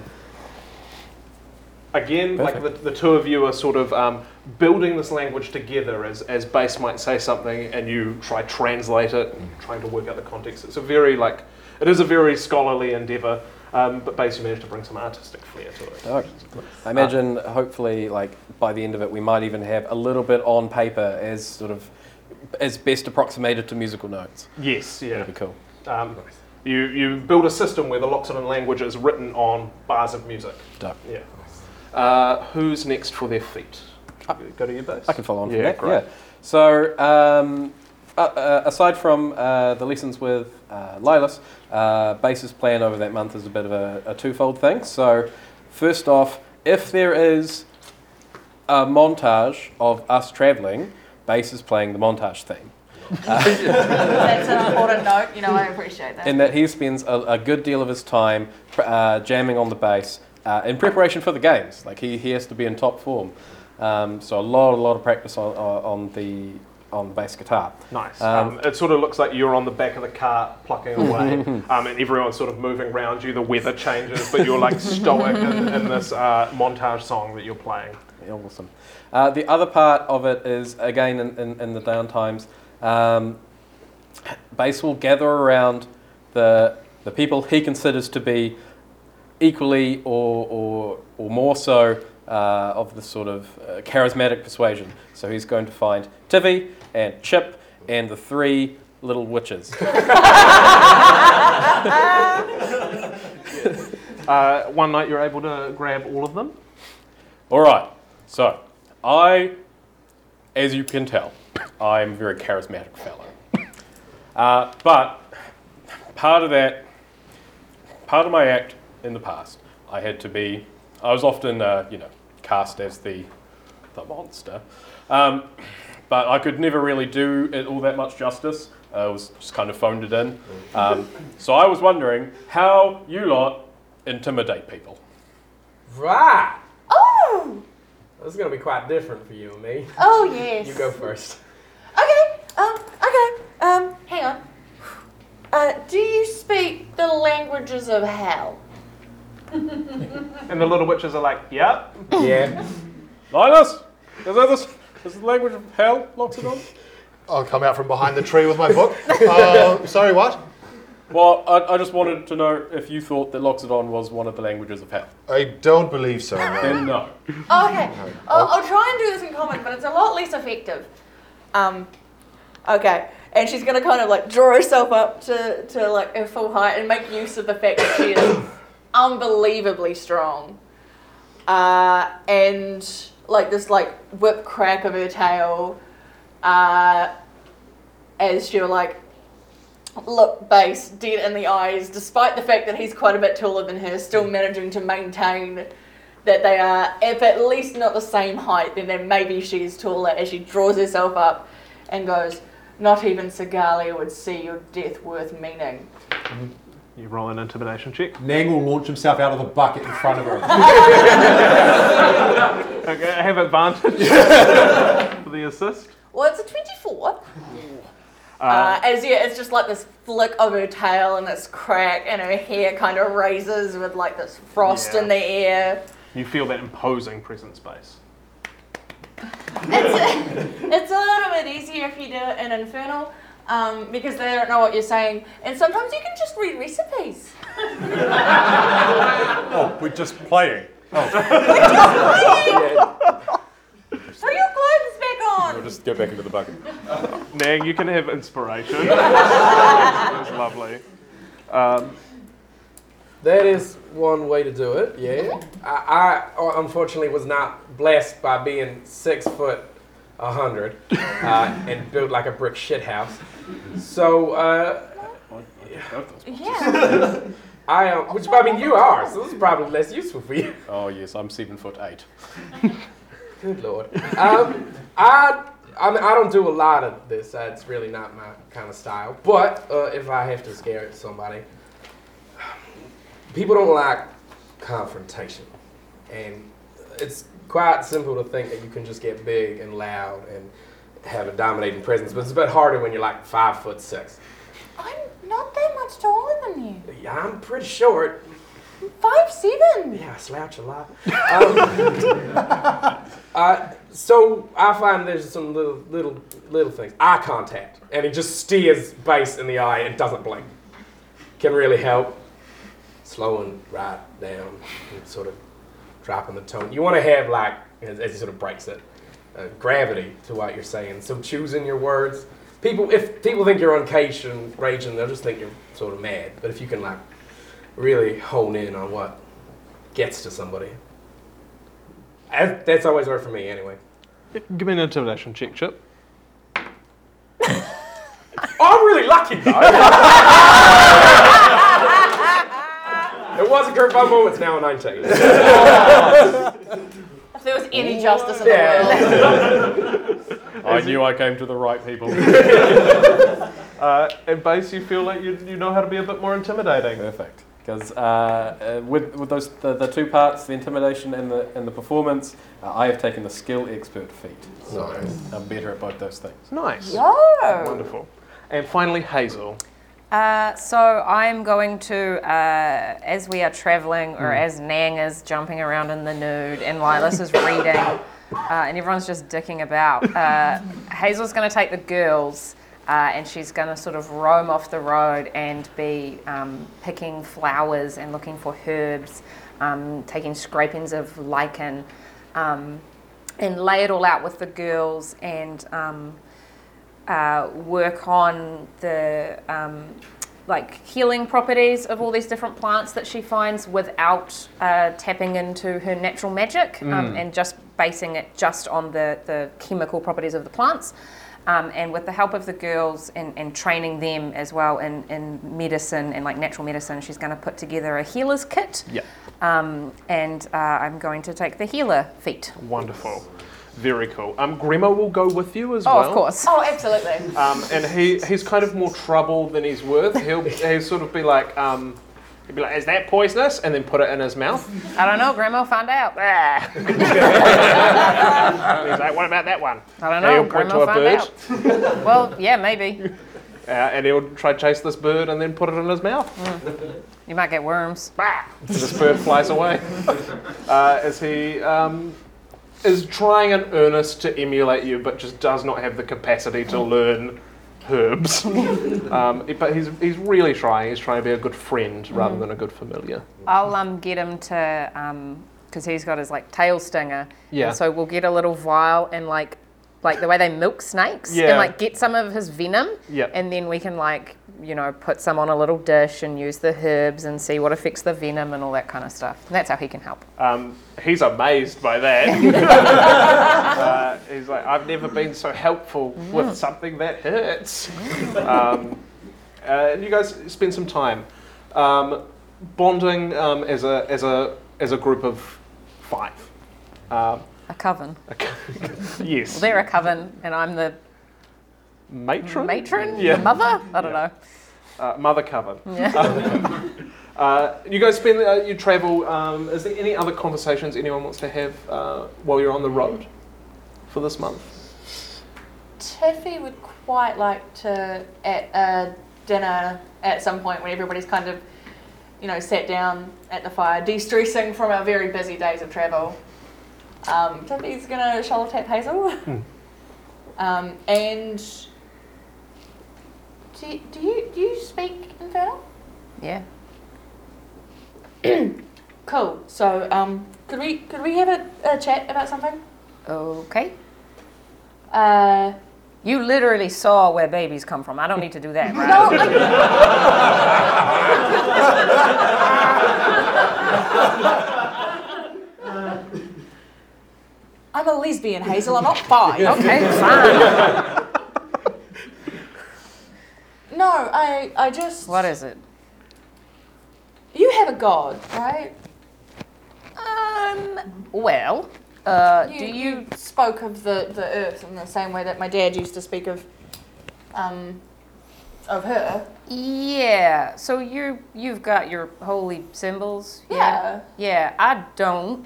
A: again, like the, the two of you are sort of um, building this language together as, as base might say something and you try translate it and trying to work out the context. It's a very like, it is a very scholarly endeavor, um, but base you managed to bring some artistic flair to it.
J: Oh, I imagine hopefully like by the end of it we might even have a little bit on paper as sort of as best approximated to musical notes.
A: Yes, yeah.
J: That'd be cool.
A: Um, you, you build a system where the Loxodon language is written on bars of music.
J: Dope.
A: Yeah. Uh, who's next for their feet? Go to your base.
J: Uh, I can follow on
A: yeah,
J: from that.
A: Great.
J: Yeah. So um, uh, uh, aside from uh, the lessons with uh, Lilas, uh, Base's plan over that month is a bit of a, a twofold thing. So first off, if there is a montage of us travelling, Base is playing the montage theme.
H: That's an important note. You know, I appreciate that.
J: in that he spends a, a good deal of his time pr- uh, jamming on the bass uh, in preparation for the games. Like he, he has to be in top form, um, so a lot a lot of practice on, on on the on the bass guitar.
A: Nice.
J: Um,
A: Um, it sort of looks like you're on the back of the cart plucking away, um, and everyone's sort of moving around you. The weather changes, but you're like stoic in, in this uh, montage song that you're playing.
J: Awesome. Uh, the other part of it is again in, in, in the downtimes, um, Bass will gather around the the people he considers to be equally or or, or more so uh, of the sort of uh, charismatic persuasion. So he's going to find Tivy and Chip and the three little witches.
A: Uh, one night you're able to grab all of them.
J: All right. So I, as you can tell, I am a very charismatic fellow. Uh, but part of that, part of my act in the past, I had to be, I was often, uh, you know, cast as the, the monster. Um, but I could never really do it all that much justice. I was just kind of phoned it in. Um, so I was wondering how you lot intimidate people.
D: Right.
H: Oh!
D: This is gonna be quite different for you and me.
H: Oh, yes.
D: You go first.
H: Okay, um, okay, um, hang on. Uh, do you speak the languages of hell?
A: And the little witches are like, yep.
D: Yeah.
J: Linus, is that this? Is the language of hell locked it on?
E: I'll come out from behind the tree with my book. Uh, sorry, what?
J: Well, I, I just wanted to know if you thought that Loxodon was one of the languages of hell.
E: I don't believe so. No.
J: Then no.
H: Oh, okay, I'll, I'll try and do this in common, but it's a lot less effective. Um, okay, and she's gonna kind of like draw herself up to, to like her full height and make use of the fact that she is unbelievably strong. Uh, and like this like whip crack of her tail, uh, as she'll like look base dead in the eyes, despite the fact that he's quite a bit taller than her, still managing to maintain that they are, if at least not the same height, then, then maybe she is taller as she draws herself up and goes, Not even Sigalia would see your death worth meaning.
A: You roll an intimidation check.
I: Nang will launch himself out of the bucket in front of her.
A: Okay, I have advantage for the assist.
H: Well, it's a 24. Uh, as yeah, it's just like this flick of her tail and this crack, and her hair kind of raises with like this frost
A: Yeah.
H: in the air.
A: You feel that imposing presence space.
H: It's a, it's a little bit easier if you do it in Infernal. um, because they don't know what you're saying. And sometimes you can just read recipes.
J: Oh, we're just playing.
H: Put your gloves back on.
J: We'll just go back into the bucket.
A: Nang, you can have inspiration. it was lovely. Um,
D: That is one way to do it. Yeah. I, I uh, unfortunately was not blessed by being six foot a hundred uh, and built like a brick shit house. So uh,
H: Yeah.
D: I, uh, which I mean you are, so this is probably less useful for you.
J: Oh yes, I'm seven foot eight.
D: Good lord. Um, I, I, mean, I don't do a lot of this. That's really not my kind of style. But uh, if I have to scare somebody, people don't like confrontation, and it's quite simple to think that you can just get big and loud and have a dominating presence. But it's a bit harder when you're like five foot six.
H: I'm not that much taller than you.
D: Yeah, I'm pretty short.
H: Five seven.
D: Yeah, I slouch a lot. Um, uh, so I find there's some little little little things. Eye contact, and he just stares base in the eye and doesn't blink. Can really help slowing right down and sort of dropping the tone. You want to have like as, as he sort of breaks it, uh, gravity to what you're saying. So choosing your words. People, if people think you're on cage and raging, they'll just think you're sort of mad. But if you can like really hone in on what gets to somebody. I- That's always worked for me, anyway.
A: give me an intimidation check, Chip.
D: I'm really lucky, though. it was a Kurt Bumble, it's now a 19.
H: If there was any justice in the world.
D: Yeah.
J: I knew I came to the right people.
A: Uh, at base, you feel like you, you know how to be a bit more intimidating.
J: Perfect. Because uh, uh, with, with those the, the two parts, the intimidation and the and the performance, uh, I have taken the skill expert feat. So I'm better at both those things.
A: Nice.
H: Oh.
F: Yo.
A: Wonderful. And finally, Hazel.
F: Uh, so I'm going to, uh, as we are traveling, or as Nang is jumping around in the nude, and Lilas is reading, uh, and everyone's just dicking about. Uh, Hazel's going to take the girls, uh, and she's going to sort of roam off the road and be um, picking flowers and looking for herbs, um, taking scrapings of lichen, um, and lay it all out with the girls and. Um, uh, work on the um, like healing properties of all these different plants that she finds without uh, tapping into her natural magic
A: Mm.
F: um, and just basing it just on the, the chemical properties of the plants. Um, and with the help of the girls and, and training them as well in, in medicine and like natural medicine, she's going to put together a healer's kit.
A: Yeah.
F: Um, and uh, I'm going to take the healer feat.
A: Wonderful. Very cool. Um, Grimo will go with you as
F: Oh,
A: well.
F: of course.
H: Oh, absolutely.
A: Um, and he, he's kind of more trouble than he's worth. He'll, he'll sort of be like, um, he'll be like, is that poisonous? And then put it in his mouth.
F: I don't know, Grandma found out.
A: Ah. he's like, what about that one?
F: I don't
A: And
F: know.
A: he'll point
F: Grandma
A: to a
F: Oh, found
A: bird,
F: out. Well, yeah, maybe.
A: uh, and he'll try to chase this bird and then put it in his mouth.
F: You might get worms.
A: Bah! And this bird flies away. Uh, as he um, is trying in earnest to emulate you, but just does not have the capacity to learn herbs. um, but he's, he's really trying. He's trying to be a good friend rather than a good familiar.
F: I'll um, get him to, because he's got his like tail stinger.
A: Yeah.
F: And so we'll get a little vial and like, like the way they milk snakes
A: Yeah.
F: and like get some of his venom.
A: Yeah.
F: And then we can like, you know, put some on a little dish and use the herbs and see what affects the venom and all that kind of stuff. And that's how he can help.
A: Um, he's amazed by that. uh, he's like, I've never been so helpful with something that hurts. um, uh, and you guys spend some time um, bonding um, as a as a as a group of five. Um,
F: A coven.
A: yes,
F: They're a coven, and I'm the
A: matron,
F: matron,
A: Yeah.
F: the mother. I don't know.
A: uh, mother coven. uh, you guys spend uh, you travel. Um, is there any other conversations anyone wants to have uh, while you're on the road for this month?
H: Tiffy would quite like to at a dinner at some point when everybody's kind of, you know, sat down at the fire, de-stressing from our very busy days of travel. Um, Tiffy's gonna shoulder tap Hazel, um, and Do, do you do you speak Infernal?
F: Yeah.
H: Cool. So, um, could we could we have a, a chat about something?
F: Okay.
H: Uh,
F: You literally saw where babies come from. I don't need to do that, right?
H: no, like, I'm a lesbian, Hazel. I'm not five.
F: Okay, fine.
H: No, I I just
F: What is it?
H: you have a god, right?
F: Um. Well, uh,
H: You,
F: do
H: you,
F: you?
H: spoke of the, the earth in the same way that my dad used to speak of um of her.
F: Yeah. So you you've got your holy symbols.
H: Yeah.
F: Yeah. I don't.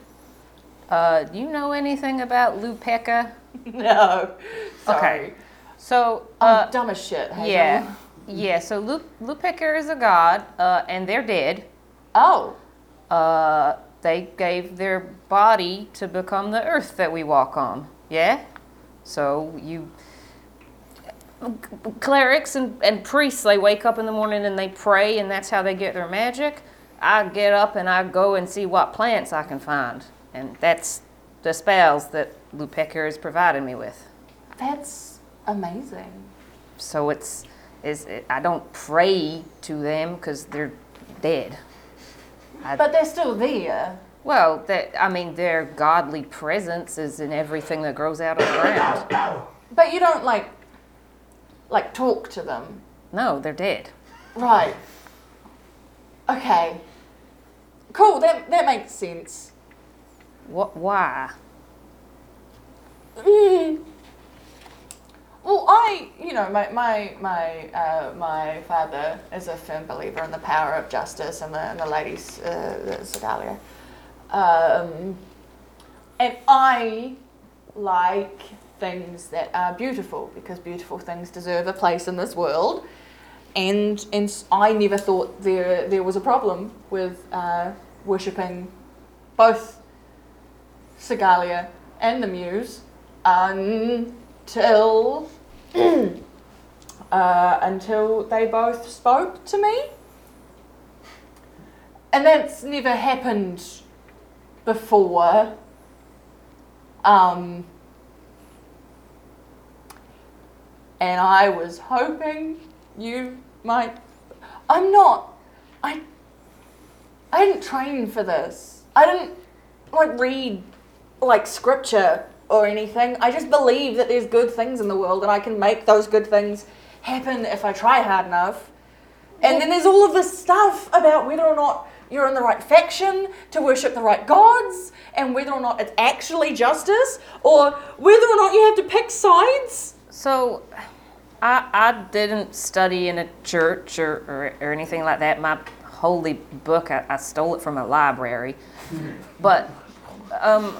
F: Uh, do you know anything about Lupeca?
H: No. Sorry.
F: Okay. So,
H: I'm
F: uh,
H: dumb as shit, Hazel.
F: yeah, yeah. So Lu Lupeca is a god, uh, and they're dead.
H: Oh.
F: Uh, they gave their body to become the earth that we walk on. Yeah? So you. Clerics and, and priests, they wake up in the morning and they pray, and that's how they get their magic. I get up and I go and see what plants I can find. And that's the spells that Lupecker has provided me with.
H: That's amazing.
F: So it's. Is it, I don't pray to them because they're dead.
H: But they're still there.
F: Well, that I mean, their godly presence is in everything that grows out of the ground.
H: But you don't like like talk to them.
F: No, they're dead.
H: Right. Okay. Cool, that that makes sense.
F: What? Why?
H: Mm. Well, I, you know, my my my uh, my father is a firm believer in the power of justice and the and the ladies, uh, the Sedalia. Um, and I like things that are beautiful because beautiful things deserve a place in this world. And and s- I never thought there there was a problem with uh, worshipping both Segalia and the Muse until uh, until they both spoke to me, and that's never happened before. Um, and I was hoping you might. I'm not. I. I didn't train for this. I didn't like read like scripture or anything. I just believe that there's good things in the world and I can make those good things happen if I try hard enough. And then there's all of this stuff about whether or not you're in the right faction to worship the right gods and whether or not it's actually justice or whether or not you have to pick sides.
F: So, I I didn't study in a church or or, or anything like that. My holy book, I, I stole it from a library, but um,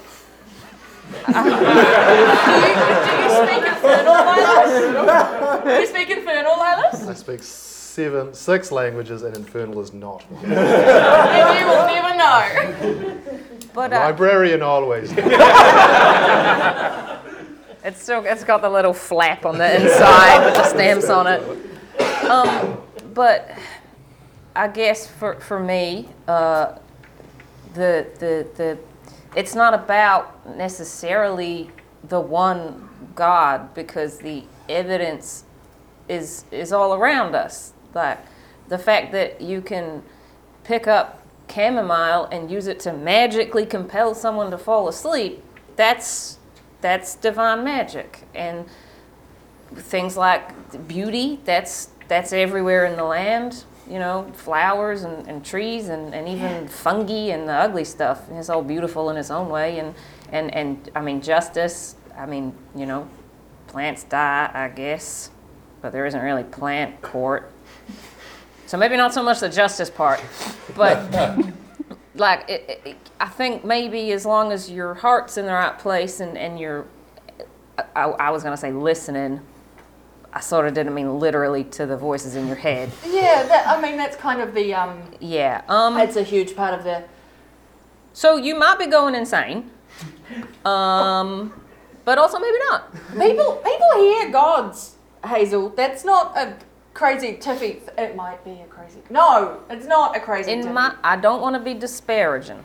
H: Do you, do you speak infernal, Lilas? Do you speak infernal, Lilas?
E: I speak seven, six languages, and Infernal is not one.
H: And you will never know.
F: but uh,
E: Librarian always.
F: It's still it's got the little flap on the inside with the stamps on it. Um, but I guess for for me, uh, the the the it's not about necessarily the one God because the evidence is is all around us. Like the fact that you can pick up chamomile and use it to magically compel someone to fall asleep, that's that's divine magic. And things like beauty, that's that's everywhere in the land, you know, flowers and, and trees and, and even fungi and the ugly stuff. And it's all beautiful in its own way and, and, and I mean justice, I mean, you know, plants die, I guess. But there isn't really plant court. So maybe not so much the justice part, but like it, it- it, I think maybe as long as your heart's in the right place and and you're, I, I I was gonna say listening. I sort of didn't mean literally to the voices in your head.
H: Yeah, that, I mean, that's kind of the, um,
F: Yeah. Um.
H: it's a huge part of the,
F: So you might be going insane. Um. But also maybe not.
H: People people hear gods, Hazel. That's not a crazy tiffy. It might be a crazy. No, it's not a crazy.
F: In
H: tiffy.
F: my, I don't want to be disparaging.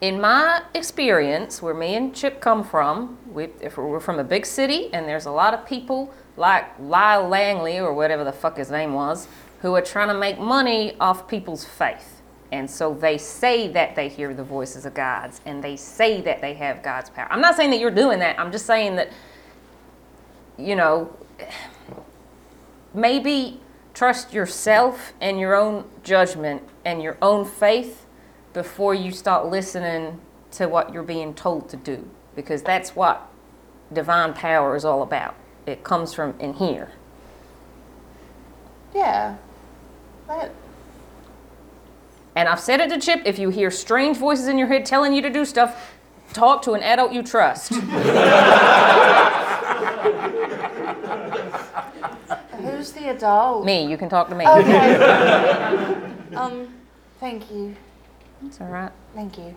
F: In my experience, where me and Chip come from, we, if we're from a big city and there's a lot of people like Lyle Langley or whatever the fuck his name was, who are trying to make money off people's faith. And so they say that they hear the voices of gods and they say that they have God's power. I'm not saying that you're doing that. I'm just saying that, you know, maybe trust yourself and your own judgment and your own faith before you start listening to what you're being told to do because that's what divine power is all about it comes from in here
C: Yeah. That,
F: and i've said it to chip if you hear strange voices in your head telling you to do stuff talk to an adult you trust
C: who's the adult?
F: me you can talk to me
C: Oh. Okay. um, thank you.
F: it's all right
C: Thank you.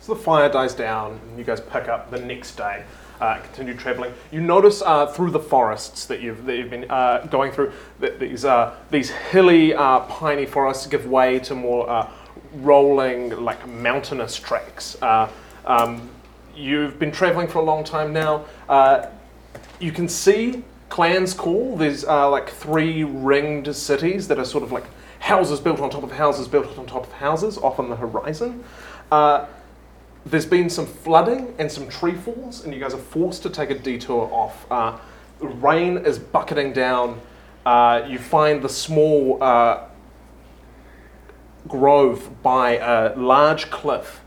A: So the fire dies down, and you guys pick up the next day. Uh, continue traveling. You notice uh, through the forests that you've, that you've been uh, going through that these uh, these hilly, uh, piney forests give way to more uh, rolling, like mountainous tracks. Uh, um, you've been traveling for a long time now. Uh, you can see clans call there's uh, like three ringed cities that are sort of like houses built on top of houses built on top of houses off on the horizon uh, there's been some flooding and some tree falls and you guys are forced to take a detour off uh, rain is bucketing down uh, you find the small uh, grove by a large cliff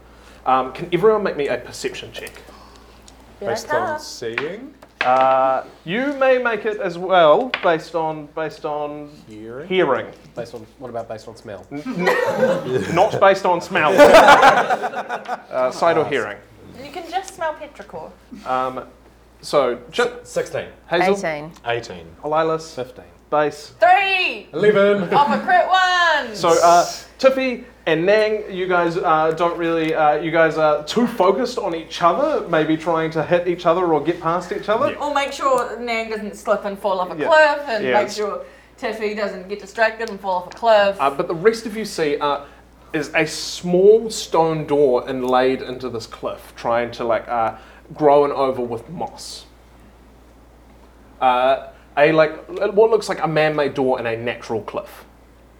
A: um, can everyone make me a perception check
J: Based on seeing,
A: uh, you may make it as well based on based on
J: hearing,
A: hearing,
J: based on what about based on smell?
A: not based on smell. uh, sight or hearing.
H: You can just smell petrichor.
A: Um, so Chip,
G: Sixteen.
A: Hazel,
F: 18
E: 18.
A: Elilas,
J: Fifteen.
A: base.
H: Three.
J: Eleven.
H: Off a crit one.
A: So uh, Tiffy and Nang, you guys uh, don't really. Uh, you guys are too focused on each other, maybe trying to hit each other or get past each other.
H: Or make sure Nang doesn't slip and fall off a
A: Yeah.
H: cliff, and
A: Yeah,
H: make
A: it's-
H: sure Tiffy doesn't get distracted and fall off a cliff.
A: Uh, but the rest of you see uh, is a small stone door inlaid into this cliff, trying to like uh, grow and over with moss. Uh, a like what looks like a man-made door in a natural cliff.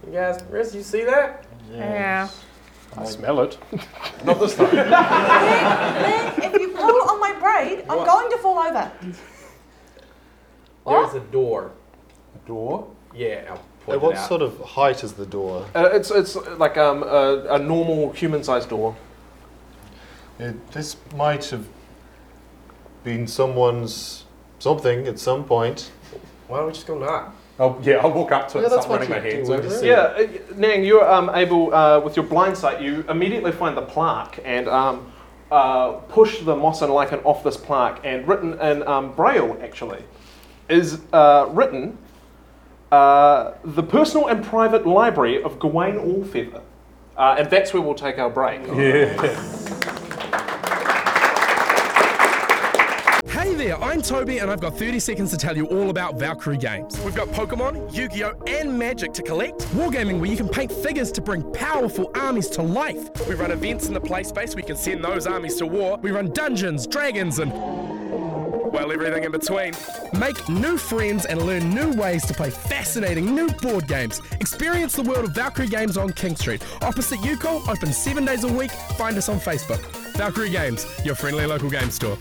D: You guys, Riz, you see that?
F: yeah
J: I smell it.
G: Not this time.
H: Nang, if you pull on my braid, I'm going to fall over.
D: There's a door.
G: Door.
D: Yeah, I'll point
E: At
D: it
E: what
D: out.
E: sort of height is the door?
A: Uh, it's it's like um, a, a normal human-sized door.
E: It, this might have been someone's something at some point.
D: Why don't we just go knock?
J: Oh yeah, I'll walk up to it.
E: Yeah,
J: and
E: that's
J: start
E: what
J: running
E: you
J: my hands
E: do,
J: over
E: isn't it?
J: it.
A: Yeah, uh, Nang, you're um, able uh, with your blind sight. You immediately find the plaque and um, uh, push the moss and lichen off this plaque. And written in um, braille, actually, is uh, written uh, the personal and private library of Gawain Allfeather. Uh, and that's where we'll take our break.
L: Hey there, I'm Toby, and I've got 30 seconds to tell you all about Valkyrie Games. We've got Pokemon, Yu Gi Oh! and Magic to collect, wargaming where you can paint figures to bring powerful armies to life. We run events in the play space, we can send those armies to war. We run dungeons, dragons, and well, everything in between. Make new friends and learn new ways to play fascinating new board games. Experience the world of Valkyrie Games on King Street, opposite UCall, open seven days a week. Find us on Facebook. Valkyrie Games, your friendly local game store.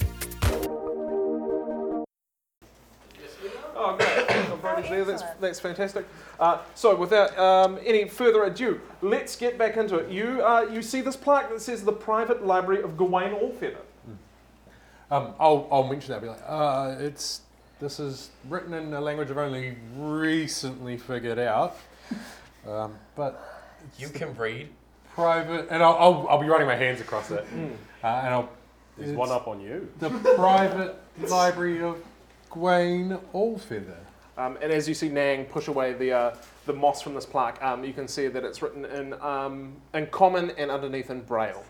A: Oh, great. Oh, Brady's there. That's, that's fantastic. Uh, so, without um, any further ado, let's get back into it. You, uh, you see this plaque that says the private library of Gawain Allfeather.
J: Um, I'll, I'll mention that. I'll be like, uh, it's this is written in a language I've only recently figured out, um, but
G: You can read. Hmm.
J: private. And I'll, I'll, I'll be running my hands across it, uh, and I'll.
G: There's
J: it's
G: one up on you.
J: The private library of Gawain Allfeather.
A: Um, and as you see Nang push away the, uh, the moss from this plaque, um, you can see that it's written in, um, in common and underneath in braille.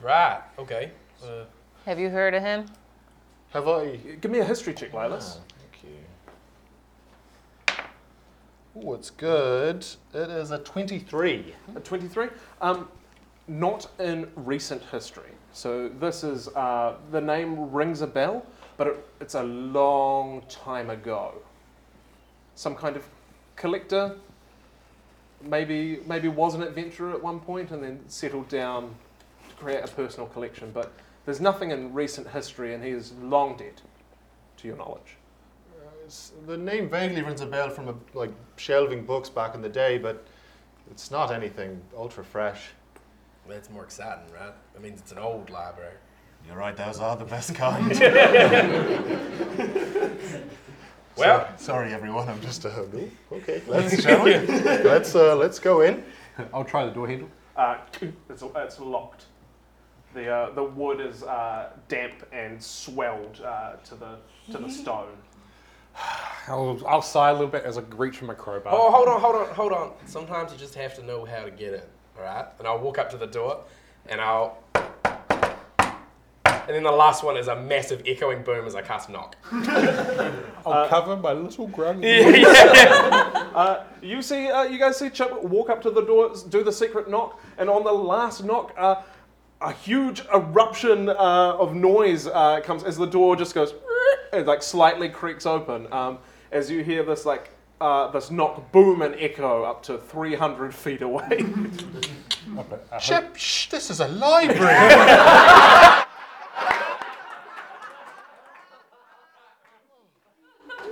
G: Right. Okay. Uh,
F: have you heard of him
E: Have I?
A: Give me a history check, Lylas.
E: Thank you. Oh, it's good. It is a 23.
A: A 23? Um, not in recent history. So this is, uh, the name rings a bell, but it, it's a long time ago. Some kind of collector, maybe, maybe was an adventurer at one point and then settled down to create a personal collection, but there's nothing in recent history and he is long dead, to your knowledge.
E: It's- the name vaguely rings a bell from a, like shelving books back in the day, but it's not anything ultra fresh.
H: That's more exciting, right? That means it's an old library.
E: You're right, those are the best kind.
H: Well-
E: So- sorry everyone, I'm just uh, ooh, okay. Let's shall we? let's uh, let's go in.
M: I'll try the door handle.
A: Uh, it's, it's locked. The, uh, the wood is uh, damp and swelled uh, to the to the stone.
J: I'll, I'll sigh a little bit as I reach for my crowbar.
H: Oh, hold on, hold on, hold on. Sometimes you just have to know how to get in, all right? And I'll walk up to the door, and I'll. And then the last one is a massive echoing boom as I cast knock.
J: I'll cover my little grung.
A: uh, you see, uh, you guys see Chip walk up to the door, s- do the secret knock, and on the last knock, uh, a huge eruption uh, of noise uh, comes as the door just goes and like slightly creaks open. Um, as you hear this like uh, this knock, boom, and echo up to 300 feet away.
N: Chip, shh, this is a library.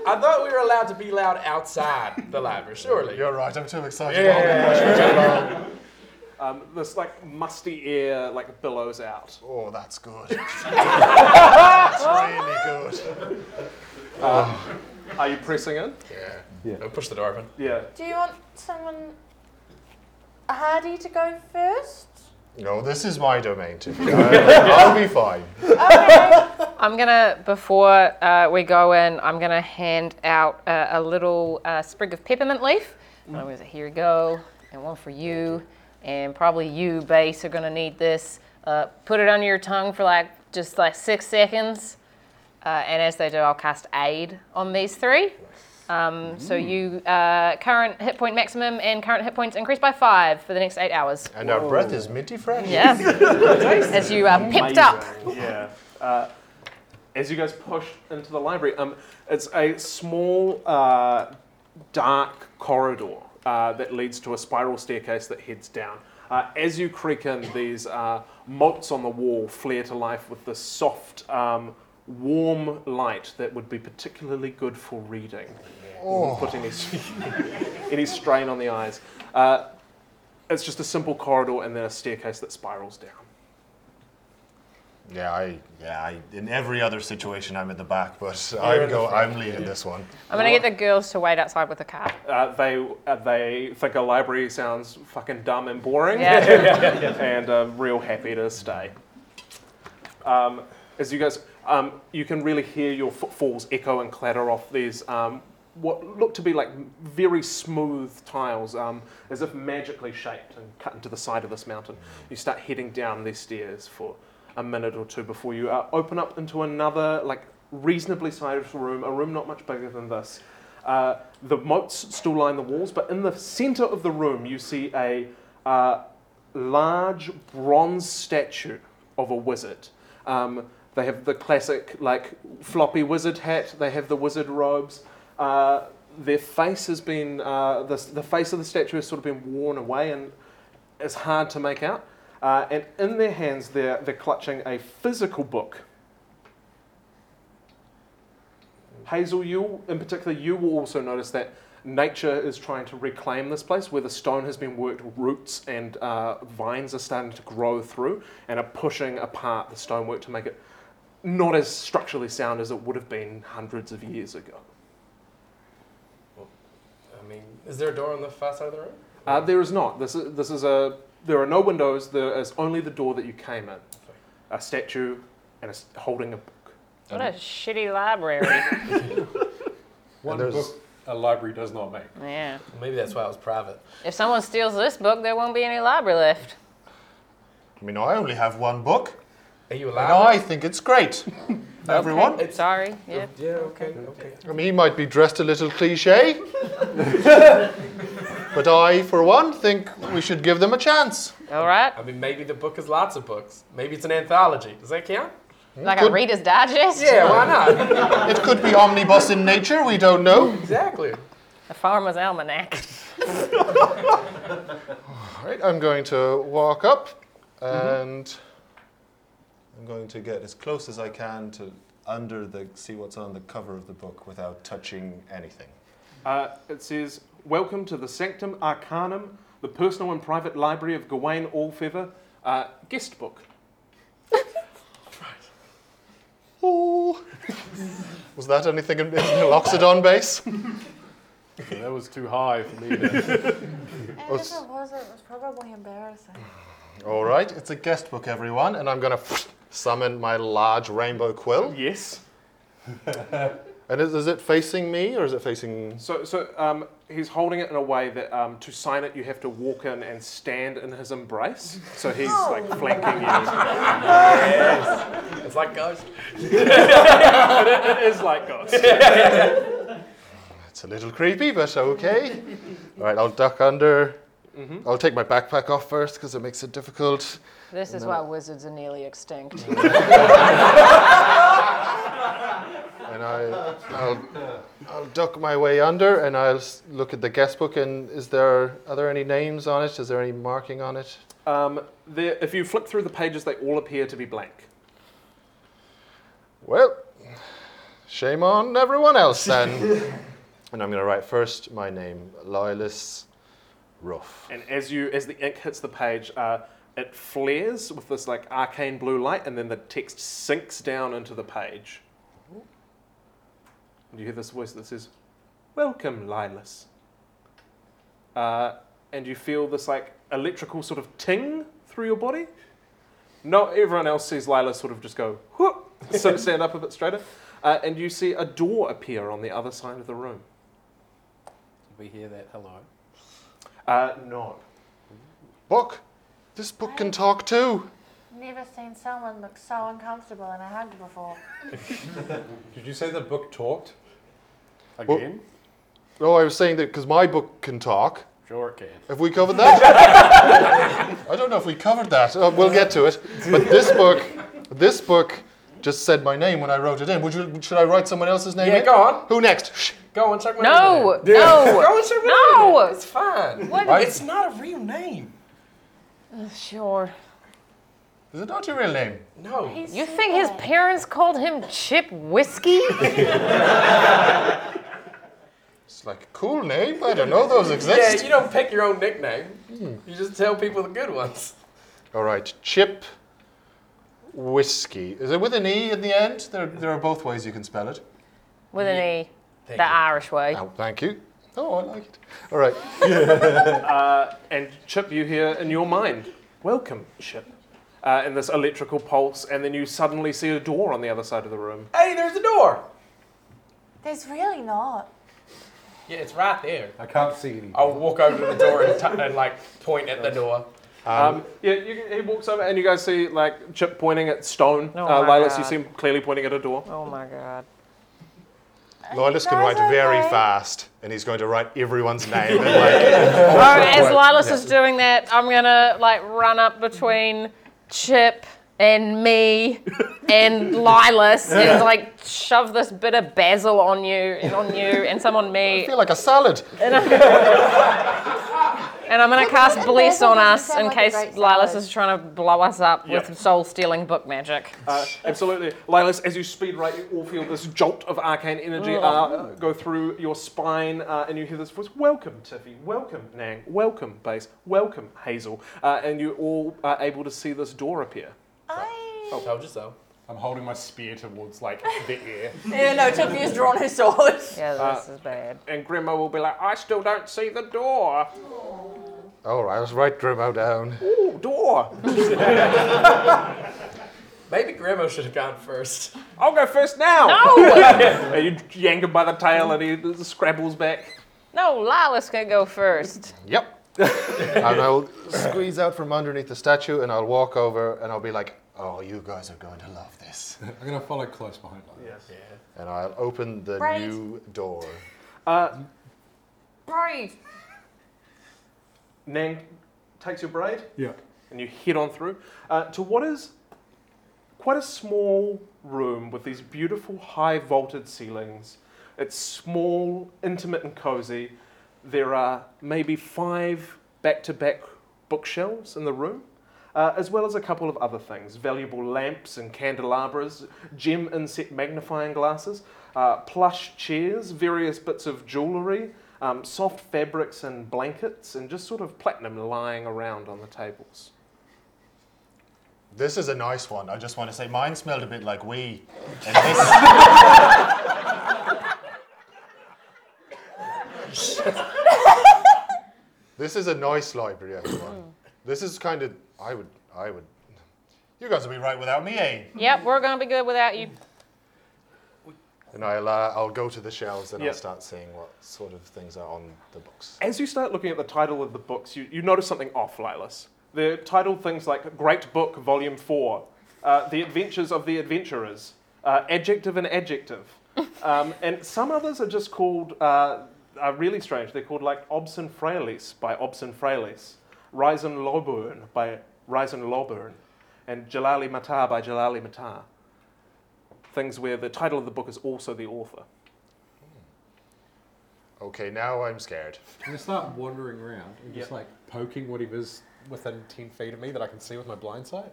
H: I thought we were allowed to be loud outside the library, surely. You're
E: right, I'm too excited.
H: Yeah, yeah, yeah.
A: Um, this like musty air like billows out.
E: Oh, that's good.
A: that's really good. Um, are you pressing in?
H: Yeah. yeah. I'll push the door open.
A: Yeah.
C: Do you want someone hardy to go first?
E: No, this is my domain too. I'll be fine.
F: I'm gonna before uh, we go in. I'm gonna hand out uh, a little uh, sprig of peppermint leaf. And I'm gonna say, here you go, and one for you, and probably you, base, are gonna need this. Uh, put it under your tongue for like just like six seconds, uh, and as they do, I'll cast aid on these three. Um, so
C: Mm.
F: you uh, current hit point maximum and current hit points increase by five for the next eight hours.
E: And our breath is minty fresh.
F: Yeah. As you are pipped up.
A: Amazing, Yeah. Uh, as you guys push into the library, um, it's a small, uh, dark corridor uh, that leads to a spiral staircase that heads down. Uh, as you creak in, these uh, motes on the wall flare to life with the soft, um, warm light that would be particularly good for reading.
E: Oh.
A: Put any, any strain on the eyes. Uh, it's just a simple corridor and then a staircase that spirals down.
E: Yeah, I yeah, I, in every other situation I'm at the back, but
A: You're
E: I'm
A: in the
E: go
A: front,
E: I'm leading this one.
F: I'm gonna get the girls to wait outside with a card.
A: Uh, they uh, they think a library sounds fucking dumb and boring,
F: Yeah.
A: and uh, real happy to stay. Um, as you guys, um, you can really hear your footfalls echo and clatter off these um, what look to be like very smooth tiles, um, as if magically shaped and cut into the side of this mountain. You start heading down these stairs for a minute or two before you uh, open up into another like reasonably sized room, a room not much bigger than this. Uh, the moats still line the walls, but in the center of the room, you see a uh, large bronze statue of a wizard. Um, they have the classic, like, floppy wizard hat, they have the wizard robes. Uh, their face has been, uh, the, the face of the statue has sort of been worn away and it's hard to make out. Uh, and in their hands, they're, they're clutching a physical book. Hazel, you in particular, you will also notice that nature is trying to reclaim this place where the stone has been worked, roots and uh, vines are starting to grow through and are pushing apart the stonework to make it not as structurally sound as it would have been hundreds of years ago.
H: I mean, is there a door on the far side of the room?
A: Uh, there is not. This is, this is a. There are no windows. There is only the door that you came in. A statue, and it's holding a book.
F: What a shitty library.
J: One
H: there's-
J: book a library does not make.
F: yeah.
H: Maybe that's why it was private.
F: If someone steals this book, there won't be any library left.
E: I mean, I only have one book.
H: Are you
E: allowed? And I think it's great. Everyone?
F: Okay, Sorry. Yeah.
O: Yeah, okay, okay.
E: I mean, he might be dressed a little cliche, but I, for one, think we should give them a chance.
F: All right.
O: I mean, maybe the book is lots of books. Maybe it's an anthology. Does that count?
F: Like
E: Could-
F: a Reader's Digest?
O: Yeah, why not?
E: It could be omnibus in nature, we don't know.
O: Exactly.
F: A Farmer's Almanac.
E: All right, I'm going to walk up and I'm going to get as close as I can to under the see what's on the cover of the book without touching anything.
A: Uh, it says, Welcome to the Sanctum Arcanum, the personal and private library of Gawain Allfeather, uh, guest book.
E: Oh. Was that anything in, in Oxidon base?
J: that was too high for me. to-
C: And if it was, it was probably embarrassing.
E: All right, it's a guest book, everyone, and I'm going to summon my large rainbow quill.
A: Yes.
E: and is, is it facing me or is it facing?
A: So, so um, he's holding it in a way that um, to sign it, you have to walk in and stand in his embrace. So he's like flanking you.
O: Yes. It's like Ghost.
A: It- it is like Ghost.
E: It's a little creepy, but okay. All right, I'll duck under. I'll take my backpack off first because it makes it difficult.
F: This
E: And
F: is
E: then-
F: why wizards are nearly extinct.
E: And I, I'll, I'll duck my way under, and I'll s- look at the guest book. And is there are there any names on it? Is there any marking on it?
A: Um, there, if you flip through the pages, they all appear to be blank.
E: Well, shame on everyone else then. and I'm going to write first my name, Lylis Ruff.
A: And as you as the ink hits the page, uh, it flares with this like arcane blue light, and then the text sinks down into the page. And you hear this voice that says, "Welcome, Lilas." Uh, and you feel this like electrical sort of ting through your body. Not everyone else sees Lila sort of just go whoop, so stand up a bit straighter, uh, and you see a door appear on the other side of the room.
G: We hear that hello.
A: Uh, no.
E: Book. This book can talk too.
C: Never seen someone look so uncomfortable in a hug before.
P: Did you say the book talked?
E: Again? No, Oh, I was saying that because my book can talk.
J: Sure it can.
E: Have we covered that? I don't know if we covered that. Uh, we'll get to it. But this book, this book just said my name when I wrote it in. Would you, should I write someone else's name?
O: Yeah,
E: in?
O: go on.
E: Who next? Shh.
O: Go and check my
F: No,
O: name.
F: no,
O: Go and check my name.
F: no.
O: It's fine.
F: What?
O: Right? It's not a real name.
F: Uh, sure.
E: Is it not your real name?
O: No.
F: You think his parents called him Chip Whiskey?
E: It's like a cool name. I don't know those exist.
O: Yeah, you don't pick your own nickname. You just tell people the good ones.
E: All right, Chip Whiskey. Is it with an E in the end? There, there are both ways you can spell it.
F: With an E.
E: Thank
F: the
E: you.
F: Irish way.
E: Oh, thank you. Oh, I like it. All right.
A: uh, and Chip, you hear in your mind, welcome, Chip. Uh, and this electrical pulse, and then you suddenly see a door on the other side of the room.
O: Hey, there's a door.
C: There's really not.
O: Yeah, it's right there.
P: I can't see anything.
O: I'll walk over to the door and, t- and like point at the door.
A: Um, yeah, you, can- he walks over, and you guys see like Chip pointing at stone.
F: Oh
A: uh,
F: my
A: Lilas, you
F: God.
A: see him clearly pointing at a door.
F: Oh my god.
E: Loyalist can write very fast, and he's going to write everyone's name. and like,
F: All right, as Lilas
E: Yeah.
F: is doing that, I'm gonna like run up between Chip and me and Lilas and like shove this bit of basil on you and on you and some on me. I feel
E: like a salad.
F: And I'm, and I'm gonna cast Bless on us in case Lilas is trying to blow us up
A: Yeah.
F: with soul-stealing book magic.
A: Uh, absolutely. Lilas, as you speed right, you all feel this jolt of arcane energy
F: Oh.
A: uh, go through your spine, uh, and you hear this voice Welcome, Tiffy. Welcome, Nang. Welcome, Base. Welcome, Hazel. Uh, and you all are able to see this door appear.
J: Oh,
O: told you so.
J: I'm holding my spear towards like the air.
A: Yeah, no, Tiffany's drawn her sword.
F: Yeah, this
A: Uh,
F: is bad.
A: And Grandma will be like, I still don't see the door.
E: All right, let's write Grimo down.
A: Ooh, door.
O: Maybe Grandma should have gone first.
A: I'll go first now.
F: No!
A: and you yank him by the tail, and he scrabbles back.
F: No, Lilas can go first.
E: Yep. and I'll squeeze out from underneath the statue, and I'll walk over, and I'll be like,
I: Oh, you guys are going to love this.
P: I'm going to follow close behind.
A: Yes. Yeah.
I: And I'll open the
H: Right.
I: new door.
A: Uh,
H: Brave.
A: Nang takes your braid.
P: Yeah.
A: And you head on through uh, to what is quite a small room with these beautiful high vaulted ceilings. It's small, intimate, and cozy. There are maybe five back to back bookshelves in the room, uh, as well as a couple of other things valuable lamps and candelabras, gem inset magnifying glasses, uh, plush chairs, various bits of jewellery, um, soft fabrics and blankets, and just sort of platinum lying around on the tables.
I: This is a nice one. I just want to say mine smelled a bit like wee. And this.
E: This is a nice library, everyone. this is kind of I would I would.
I: you guys will be right without me, eh?
F: Yep, we're gonna be good without you.
E: And I'll uh, I'll go to the shelves and
A: Yeah.
E: I'll start seeing what sort of things are on the books.
A: As you start looking at the title of the books, you, you notice something off, Lilas. They're titled things like Great Book, Volume 4, uh, The Adventures of the Adventurers, uh, Adjective and Adjective. Um, and some others are just called, uh, are really strange. They're called like Obson Frailes by Obson Frailes, Risen Loburn by Risen Loburn, and Jalali Matar by Jalali Matar. Things where the title of the book is also the author.
E: Okay, now I'm scared.
P: I'm going to start wandering around and just
A: Yeah.
P: like poking whatever's within 10 feet of me that I can see with my blind sight.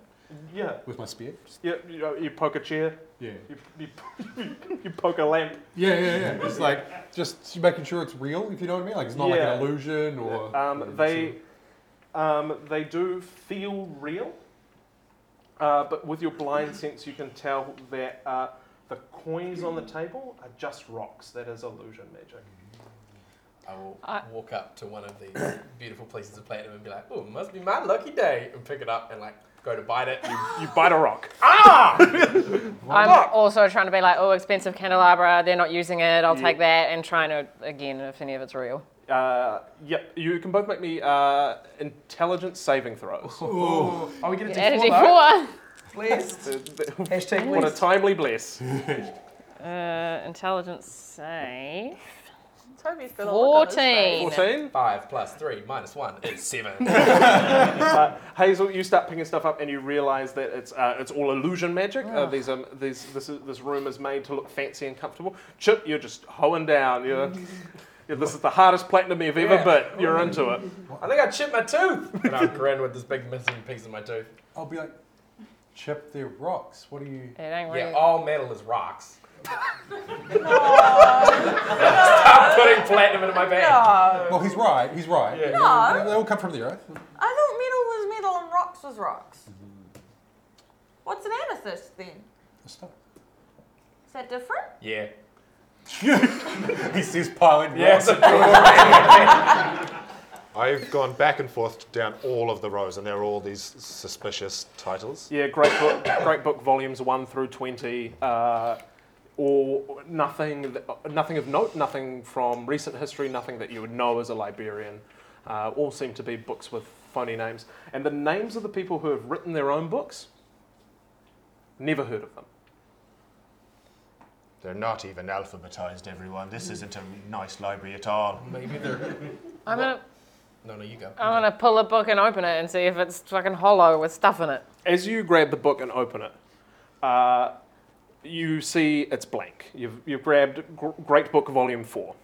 A: Yeah.
P: With my spear.
A: Yeah, you, you poke a chair.
P: Yeah.
A: You, you, you poke a lamp.
P: Yeah, yeah, yeah. Just like, just making sure it's real, if you know what I mean. Like, it's not
A: Yeah.
P: like an illusion or.
A: Um, they, um, they do feel real, uh, but with your blind sense, you can tell that uh, the coins on the table are just rocks. That is illusion magic.
O: I will walk up to one of these beautiful pieces of platinum and be like, "Oh, must be my lucky day," and pick it up and like go to bite it. You,
A: you bite a rock.
O: Ah!
F: I'm also trying to be like, oh, expensive candelabra. They're not using it. I'll
A: Yeah.
F: take that and trying to again if any of it's real.
A: Uh, yep, you can both make me uh, intelligence saving throws.
O: Ooh. Oh, we get a
F: Yeah,
O: D4,
F: a
O: though.
F: D4.
O: Blessed. Hashtag
A: what a
O: blessed.
A: timely bless.
F: Uh, intelligence save.
C: Toby's got
F: Fourteen.
A: 14?
O: 5 plus 3 minus 1 is 7.
A: uh, Hazel, you start picking stuff up and you realise that it's uh, it's all illusion magic. Uh,
O: Ugh.
A: these um these this is, this room is made to look fancy and comfortable. Chip, you're just hoeing down. You're, yeah, this is the hardest platinum you've ever
O: Yeah.
A: bit. You're into it.
O: I think I chipped my tooth! And I grin with this big missing piece of my tooth.
P: I'll be like, chip their rocks. What are you.
F: It ain't
O: Yeah, all metal is rocks.
P: Stop
O: putting platinum into my bag.
P: No. Well, he's right. He's right.
Q: No.
P: They- They all come from the earth.
Q: I thought metal was metal and rocks was rocks. What's an amethyst then? Is that different?
O: Yeah.
P: he sees piling
E: Yes.
O: Yes.
E: I've gone back and forth down all of the rows, and there are all these suspicious titles.
A: Yeah, great book, great book volumes one through twenty. Uh, or nothing, th- nothing of note, nothing from recent history, nothing that you would know as a librarian. Uh, all seem to be books with phony names, and the names of the people who have written their own books. Never heard of them.
I: They're not even alphabetized, everyone. This isn't a nice library at all.
O: Maybe they're.
F: I'm gonna
O: No, no, you go.
F: I'm gonna pull a book and open it and see if it's fucking hollow with stuff in it.
A: As you grab the book and open it, uh, you see it's blank. You've, you've grabbed Gr- Great Book Volume 4.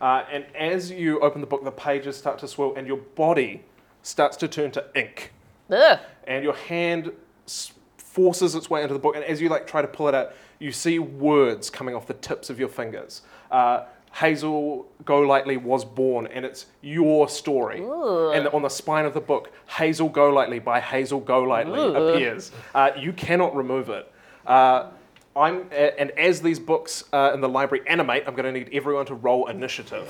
A: Uh, and as you open the book, the pages start to swirl and your body starts to turn to ink.
F: Ugh.
A: And your hand s- forces its way into the book. And as you like try to pull it out, you see words coming off the tips of your fingers. Uh, Hazel Golightly was born, and it's your story.
F: Ooh.
A: And on the spine of the book, Hazel Golightly by Hazel Golightly
F: Ooh.
A: appears. Uh, you cannot remove it. Uh, I'm, a- and as these books uh, in the library animate, I'm going to need everyone to roll initiative.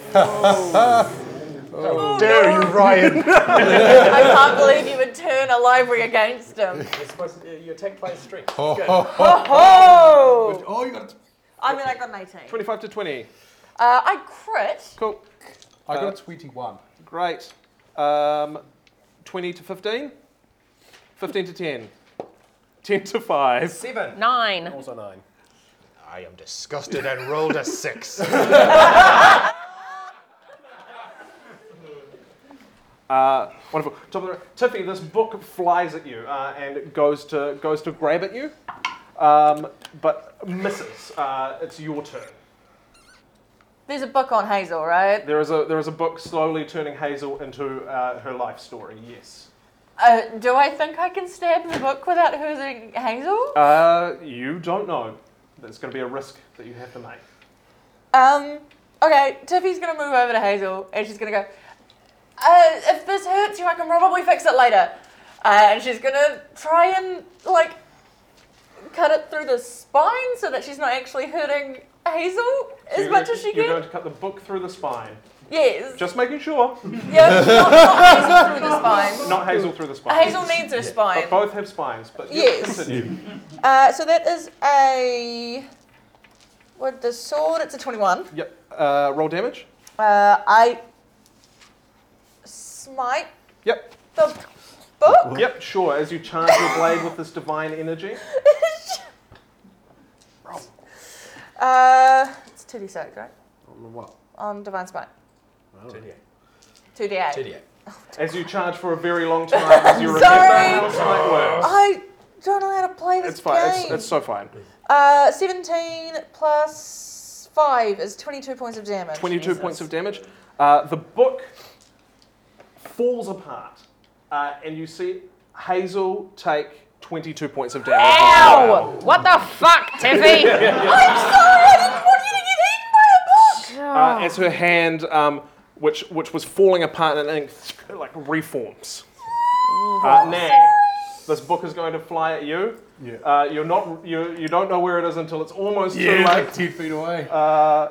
Q: Oh,
E: dare
Q: no.
E: you, Ryan.
Q: I can't believe you would turn a library against him.
O: It's supposed to, you attack player strength.
Q: Ho,
O: Good.
Q: ho, ho,
H: Oh!
Q: ho.
A: Oh, you got
Q: I mean, I got an 18.
A: 25 to 20.
Q: Uh, I crit.
A: Cool.
P: I
A: Uh,
P: got a twenty one.
A: Great. Um, 20 to 15? 15 to 10.
R: Ten to five.
S: Seven.
F: Nine.
R: Also nine.
E: I am disgusted and rolled a six.
A: Uh, wonderful. Top of the round. Tiffy, this book flies at you uh, and it goes to goes to grab at you, um, but misses. Uh, it's your turn.
H: There's a book on Hazel, right?
A: There is a there is a book slowly turning Hazel into uh, her life story. Yes.
H: Uh, do I think I can stab the book without hurting Hazel?
A: Uh, you don't know. That's going to be a risk that you have to make.
H: Um, okay, Tiffy's gonna move over to Hazel and she's gonna go, uh, if this hurts you, I can probably fix it later. Uh, and she's gonna try and, like, cut it through the spine so that she's not actually hurting Hazel as
A: You're
H: much
A: gonna-
H: as she
A: You're
H: can.
A: going to cut the book through the spine.
H: Yes.
A: Just making sure.
H: Yeah, not- not Hazel through the spine.
A: Not Hazel through the spine.
H: Hazel needs her
A: Yeah.
H: spine.
A: But both have spines. But yeah,
H: Yes.
A: continue.
H: Uh, so that is a. With the sword, it's a 21.
A: Yep. Uh, roll damage.
H: Uh, I smite.
A: Yep.
H: The book.
A: Yep. Sure. As you charge your blade with this divine energy.
H: Uh, it's 2d6, right?
A: What?
H: On divine smite. 2d8.
A: As you charge for a very long time, as you remember
H: Sorry.
A: how smite works.
H: I don't know how to play this
A: It's fine.
H: game.
A: It's, it's so fine.
H: uh, 17 plus 5 is 22 points of damage.
A: 22 points of damage. Uh, the book falls apart, uh, and you see Hazel take 22 points of damage. as well.
F: Ow! What the fuck, Tiffy?
A: Yeah, yeah, yeah.
F: I'm
H: sorry, I didn't want you to get eaten by a book!
A: Uh, as her hand, um, which which was falling apart and then like reforms. Uh, now, this book is going to fly at you.
J: Yeah.
A: Uh, you're not you you don't know where it is until it's almost
J: Yeah,
A: too
J: it's
A: late.
J: like 10 feet away.
A: Uh,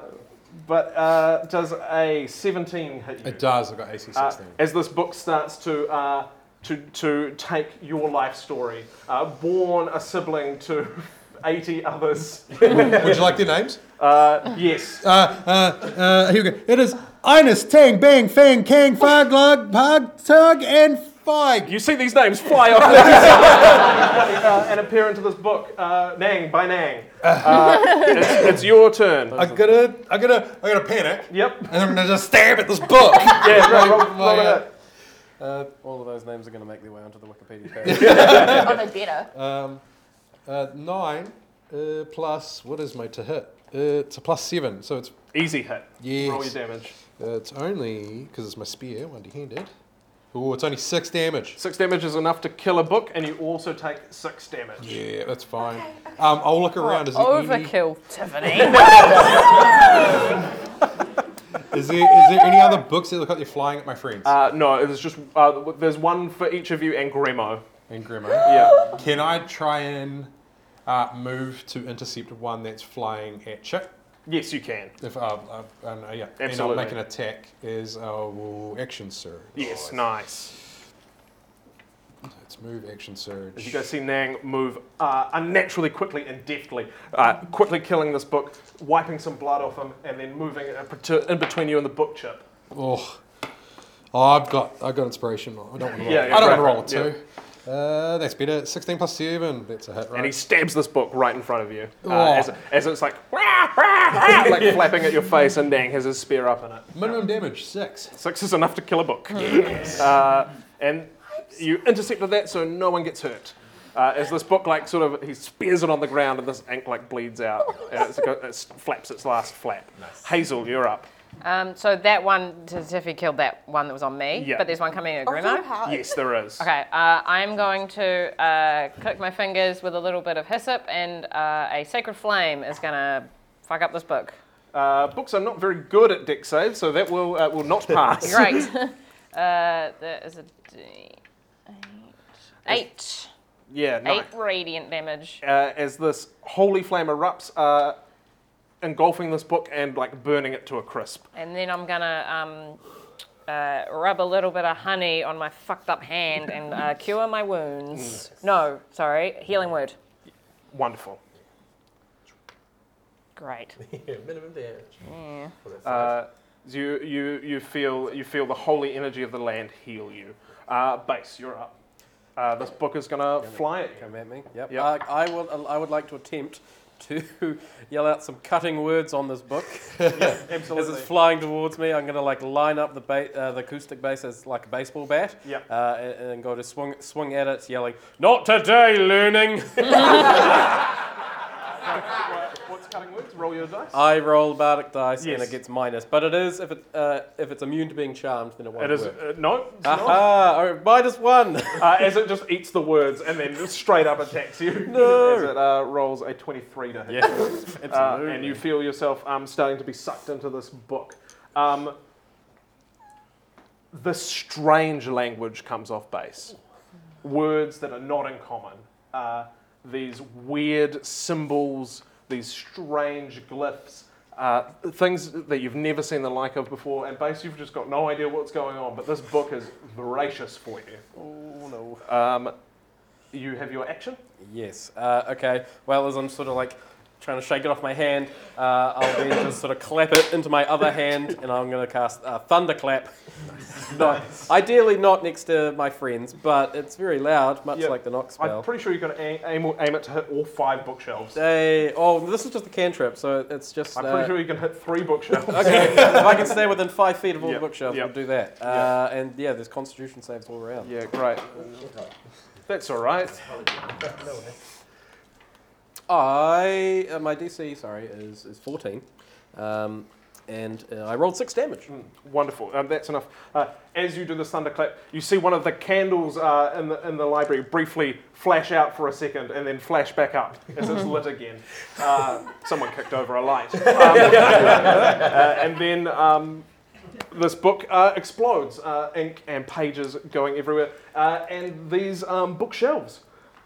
A: but uh, does a 17 hit you?
J: It does, I've got AC 16.
A: Uh, as this book starts to uh, to to take your life story, uh, born a sibling to 80 others.
J: Would you like their names?
A: Uh, yes.
J: Uh, uh, uh, here we go. It is Inus, Tang, Bang, Fang, Kang, Fog, Log, Pog, Tug, and Fog.
A: You see these names fly off the uh, and appear into this book, uh, Nang by Nang. Uh, it's, it's your turn.
J: I'm gonna, I'm gonna, I'm gonna panic.
A: Yep.
J: And I'm gonna just stab at this book.
A: yeah,
J: Like,
A: roll, roll,
J: like,
A: roll it
J: uh,
A: up.
R: Uh, all of those names are going to make their way onto the Wikipedia page.
H: Oh, they better.
J: Um, uh, nine uh, plus what is my to hit? Uh, it's a plus seven, so it's
A: easy hit.
J: Yes.
A: Roll your damage.
J: Uh, it's only because it's my spear, one handed. Oh, it's only six damage.
A: Six damage is enough to kill a book, and you also take six damage.
J: Yeah, that's fine. Um, I'll look around. Is there
F: Oh,
J: any?
F: Overkill, Tiffany.
J: Is there, is there any other books that look like they're flying at my friends?
A: Uh, no, it was just uh, w- there's one for each of you and Grimo.
J: And Grimo.
A: Yeah.
R: eh?
J: Can I try and uh, move to intercept one that's flying at Chick?
A: Yes, you can.
J: If uh, uh, uh, no, yeah, and I'll
A: Absolutely.
J: make an attack as a will uh, action surge.
A: Yes, nice.
J: Let's move action surge.
A: As you guys see Nang move uh, unnaturally quickly and deftly, uh, quickly killing this book, wiping some blood off him, and then moving it up to- in between you and the book chip.
J: Oh, oh, I've got I've got inspiration. I don't want to roll.
A: Yeah, yeah,
J: I don't
A: right,
J: want to roll
A: right,
J: a two. Uh, that's better. Sixteen plus seven. That's a hit, right?
A: And he stabs this book right in front of you uh,
J: Oh.
A: as, as it's like, "Wah, wah, wah," like flapping at your face, and Nang has his spear up in it.
J: Minimum damage six.
A: Six is enough to kill a book. Yes. Uh, and you intercepted that, so no one gets hurt. Uh, as this book, like, sort of, he spears it on the ground, and this ink, like, bleeds out. And it's, go- it's flaps its last flap. Hazel, you're up.
F: um, so that one, T- Tiffy killed that one that was on me,
A: Yeah.
F: but there's one coming in at
A: Oh,
F: Grimo.
A: Yes, there is.
F: Okay, uh, I'm going to uh, click my fingers with a little bit of hyssop, and uh, a sacred flame is gonna fuck up this book.
A: Uh, books are not very good at deck saves, so that will uh, will not pass.
F: Great. uh, that is a D. Eight.
A: Yeah, no.
F: Eight radiant damage.
A: Uh, as this holy flame erupts, uh, engulfing this book and like burning it to a crisp.
F: And then I'm gonna um, uh, rub a little bit of honey on my fucked up hand and uh, cure my wounds. No, sorry, healing word.
A: Wonderful.
F: Great.
S: yeah, minimum damage.
F: Yeah.
A: Uh, you, you, you, feel, you feel the holy energy of the land heal you. Uh, base, you're up. Uh, this book is going to fly at you.
J: Come at me. Yep.
A: Yep.
J: Uh, I will. I would like to attempt to yell out some cutting words on this book. As
A: absolutely.
J: it's flying towards me, I'm going to like line up the ba- uh, the acoustic bass as like a baseball bat.
A: Yep.
J: Uh, and, and go to swing swing at it, yelling, "Not today, learning."
A: Right, What's cutting words? Roll your dice.
J: I roll bardic dice and
A: Yes.
J: it gets minus, but it is if it uh, if it's immune to being charmed, then it won't
A: It is-
J: work.
A: uh, no, it's not.
J: Aha! alright, minus one.
A: uh, as it just eats the words and then just straight up attacks you.
J: No.
A: As it uh, rolls a 23 to hit.
J: Yes,
A: you. Uh,
J: absolutely.
A: and you feel yourself um, starting to be sucked into this book. Um, the strange language comes off base. Words that are not in common. Uh, these weird symbols, these strange glyphs, uh, things that you've never seen the like of before, and base you've just got no idea what's going on, but this book is voracious for you.
J: Oh
A: no. Um, you have your action?
J: Yes. Uh, okay. Well, as I'm sort of like trying to shake it off my hand, uh, I'll then just sort of clap it into my other hand, and I'm going to cast uh, thunderclap. No, ideally not next to my friends, but it's very loud, much
A: Yeah.
J: like the Nox
A: I'm
J: spell.
A: pretty sure you've got to aim, aim, aim it to hit all five bookshelves.
J: They, oh, this is just a cantrip, so it's just.
A: I'm
J: uh,
A: pretty sure you can hit three bookshelves.
J: Okay, if I can stay within five feet of all
A: Yep,
J: the bookshelves,
A: yep.
J: we'll do that. Uh, And yeah, there's Constitution saves all around.
A: Yeah, great. That's all right.
J: I uh, my DC sorry is is 14, um, and uh, I rolled six damage.
D: Mm.
A: Wonderful. Um, that's enough. Uh, as you do this thunderclap, you see one of the candles uh, in, the, in the library briefly flash out for a second and then flash back up as it's lit again. Uh, someone kicked over a light. Um, uh, and then um, this book uh, explodes, uh, ink and pages going everywhere. Uh, and these um, bookshelves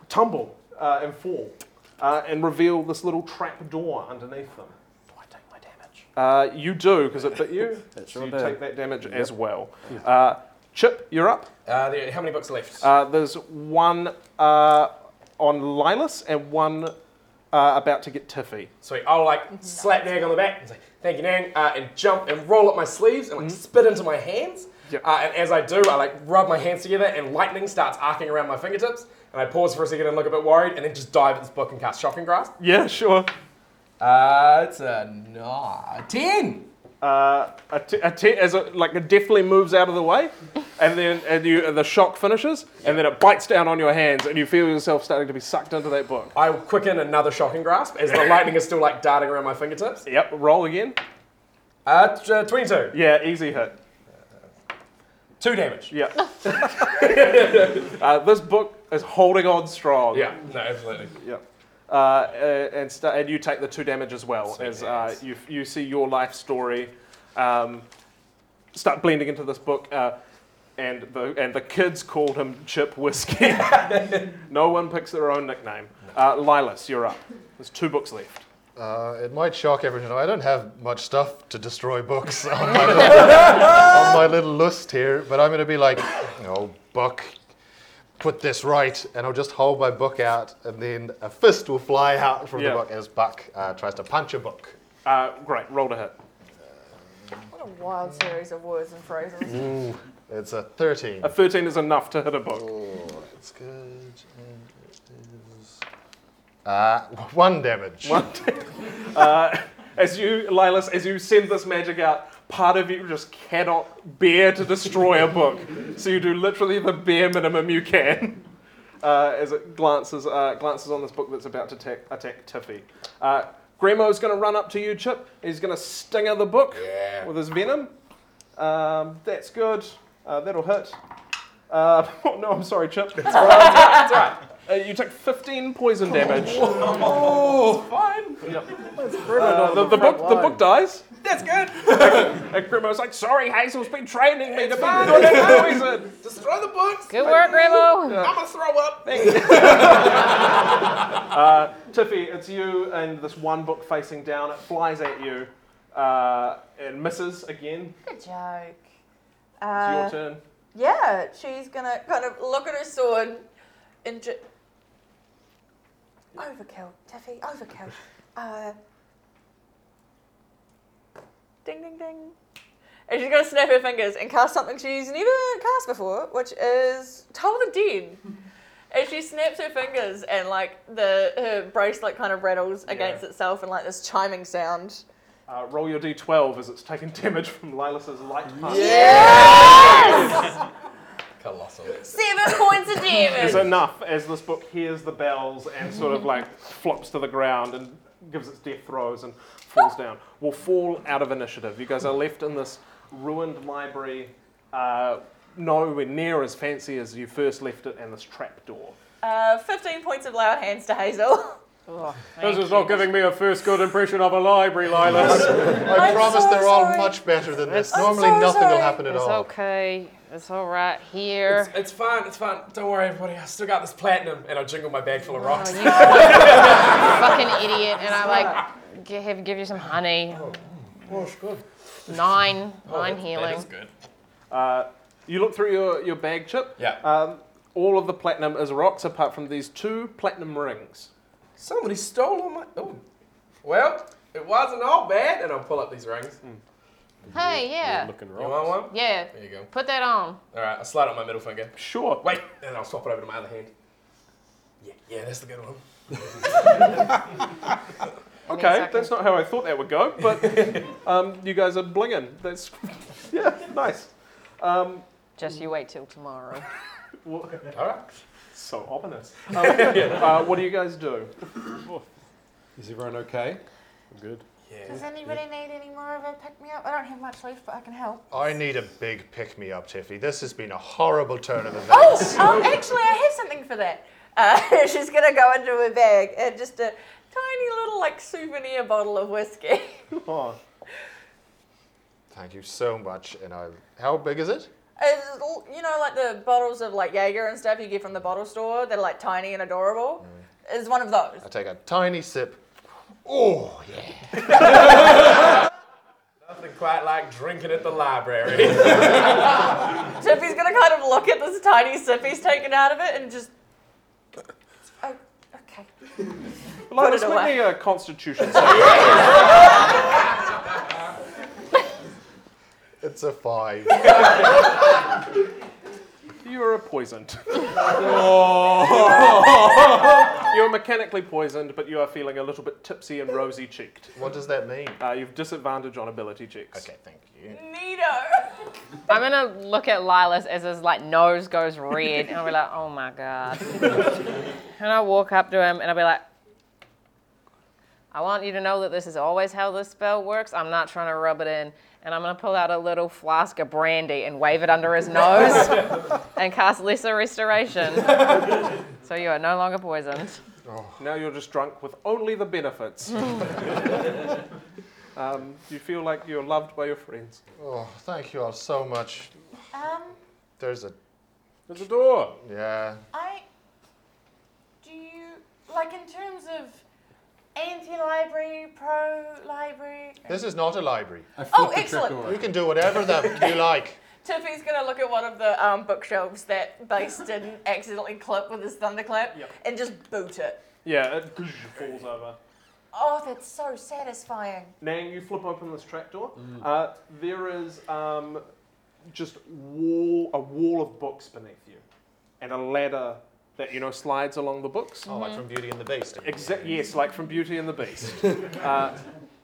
A: tumble uh, and fall uh, and reveal this little trap door underneath them. Uh, you do, because it bit you. so you
J: did.
A: take that damage
J: Yep.
A: as well. Uh, Chip, you're up.
D: Uh, there, how many books left?
A: Uh, there's one uh, on Lilas and one uh, about to get Tiffy.
D: Sweet. I'll like slap Nang on the back and say, thank you, Nang, uh, and jump and roll up my sleeves and like
O: Mm-hmm.
D: spit into my hands. Uh, and as I do, I like rub my hands together and lightning starts arcing around my fingertips. And I pause for a second and look a bit worried and then just dive at this book and cast Shocking Grasp.
A: Yeah, sure.
D: Uh, it's a nah, 10.
A: Uh, a t- a t- as it like it definitely moves out of the way, and then and you and the shock finishes, and then it bites down on your hands, and you feel yourself starting to be sucked into that book.
D: I quicken another Shocking Grasp as the lightning is still like darting around my fingertips.
A: Yep, roll again.
D: Uh, t- uh 22.
A: Yeah, easy hit.
D: Two damage.
A: Yeah. uh, this book is holding on strong.
D: Yeah, no, absolutely.
A: Yeah. Uh, uh, and, sta and you take the two damage as well
D: Sweet
A: as uh, you, you see your life story um, start blending into this book. Uh, and the, and the kids called him Chip Whiskey. no one picks their own nickname. Uh, Lilas, you're up. There's two books left.
E: Uh, it might shock everyone. I don't have much stuff to destroy books on my, little, on my little list here, but I'm going to be like, oh, book, put this right. And I'll just hold my book out, and then a fist will fly out from
A: Yeah.
E: the book as Buck uh, tries to punch a book.
A: Uh, great, roll to hit.
H: What a wild series of words and phrases.
E: Ooh, it's a 13.
A: A 13 is enough to hit a book.
E: that's good. Uh, one damage.
A: One uh, as you, Lilas, as you send this magic out, part of you just cannot bear to destroy a book. So you do literally the bare minimum you can. Uh, as it glances, uh, glances on this book that's about to attack, attack Tiffy. Uh, Gremo's going to run up to you, Chip. He's going to stinger the book with his venom. Um, that's good. Uh, that'll hit. Uh, oh, no, I'm sorry, Chip. That's
D: That's right.
A: Uh, you took 15 poison damage.
D: Oh, fine.
A: That's
D: on
A: the,
D: the
A: the
D: front
A: book, the
D: line.
A: book dies.
D: That's good.
A: And Grimo's like, sorry, Hazel's been training me to be good at poison.
D: Destroy the books.
F: Good work, Grimo.
D: I'm gonna throw up.
A: Uh, Tiffy, it's you and this one book facing down. It flies at you uh, and misses again.
H: Good joke.
A: It's your
H: Uh,
A: turn.
H: Yeah, she's gonna kind of look at her sword and ju- overkill, Tiffy, overkill. Uh, ding, ding, ding. And she's gonna snap her fingers and cast something she's never cast before, which is Toll the Dead. And she snaps her fingers, and like the her bracelet kind of rattles against itself, and like this chiming sound.
A: Uh, roll your d12 as it's taken damage from Lilas's light punch.
H: Yes!
A: Colossal.
H: Seven points of
A: Is
H: damage.
A: enough as this book hears the bells and sort of like flops to the ground and gives its death throes and falls down. Will fall out of initiative. You guys are left in this ruined library, uh, nowhere near as fancy as you first left it, and this trap door.
H: Uh, Fifteen points of loud hands to Hazel.
F: Oh,
T: This is not giving me a first good impression of a library, Lilas.
E: I
H: I'm
E: promise
H: so
E: they're all
H: sorry.
E: much better than this.
H: I'm
E: Normally,
H: so
E: nothing will
H: sorry.
E: happen at
F: it's
E: all.
F: okay. It's all right
U: It's,
F: here.
U: it's fine, it's fine. Don't worry, everybody. I still got this platinum, and I jingle my bag full of rocks.
F: Fucking idiot. And I like gi- have, give you some honey.
U: Oh, good.
F: Nine,
A: Oh, that-
F: nine
A: that
F: healing.
A: is good. Uh, you look through your, your bag, Chip.
U: Yeah.
A: Um, all of the platinum is rocks apart from these two platinum rings.
U: Somebody stole all my. Oh. Well, it wasn't all bad, and I'll pull up these rings.
F: Hey, yeah.
U: You want one?
F: Yeah.
U: There you go.
F: Put that on.
U: All right, I slide up my middle finger.
A: Sure.
U: Wait, and I'll swap it over to my other hand. Yeah, yeah, that's the good one.
A: Okay, that's not how I thought that would go, but um, you guys are blinging. That's yeah, nice. Um,
F: Just you wait till tomorrow.
A: All
U: right.
A: So ominous. Um, uh, what do you guys do?
J: Is everyone okay?
T: Good.
C: Does anybody need any more of a pick me up? I don't have much left, but I can help.
E: I need a big pick me up, Tiffy. This has been a horrible turn of events.
H: Oh, oh, actually, I have something for that. Uh, she's gonna go into her bag and just a tiny little like souvenir bottle of whiskey.
E: Thank you so much. And I, how big is it?
H: It's, l- you know, like the bottles of like Jaeger and stuff you get from the bottle store that are like tiny and adorable. Is one of those.
E: I take a tiny sip. Oh yeah.
U: Nothing quite like drinking at the library.
H: Tiffy's gonna kind of look at this tiny sip he's taken out of it and just. Oh, okay. Put
A: Linus,
H: it
A: make
H: away.
A: me a constitution
E: It's a five.
A: You're poisoned.
T: Oh.
A: You're mechanically poisoned, but you are feeling a little bit tipsy and rosy cheeked.
E: What does that mean?
A: Uh, you've disadvantage on ability checks. Okay,
E: thank you.
H: Neato.
F: I'm gonna look at Lilas as his like nose goes red, and I'll be like, "Oh my god!" and I walk up to him, and I'll be like, "I want you to know that this is always how this spell works. I'm not trying to rub it in." And I'm gonna pull out a little flask of brandy and wave it under his nose, and cast Lesser Restoration. so you are no longer poisoned.
A: Now you're just drunk with only the benefits. um, you feel like you're loved by your friends.
E: Oh, thank you all so much.
C: Um,
E: There's a
T: There's a door.
E: yeah.
C: I. Do you. Like, in terms of anti library, pro library.
E: This is not a library.
H: Oh, the excellent. trapdoor.
E: You can do whatever the, you like.
H: Tiffy's gonna look at one of the um, bookshelves that Bass didn't accidentally clip with his thunderclap and just boot it.
A: Yeah, it falls over.
C: Oh, that's so satisfying.
A: Nang, you flip open this trapdoor. Uh, there is um, just wall a wall of books beneath you, and a ladder that you know slides along the books.
E: Oh, like from Beauty and the Beast.
A: Exactly. Yes, like from Beauty and the Beast. uh,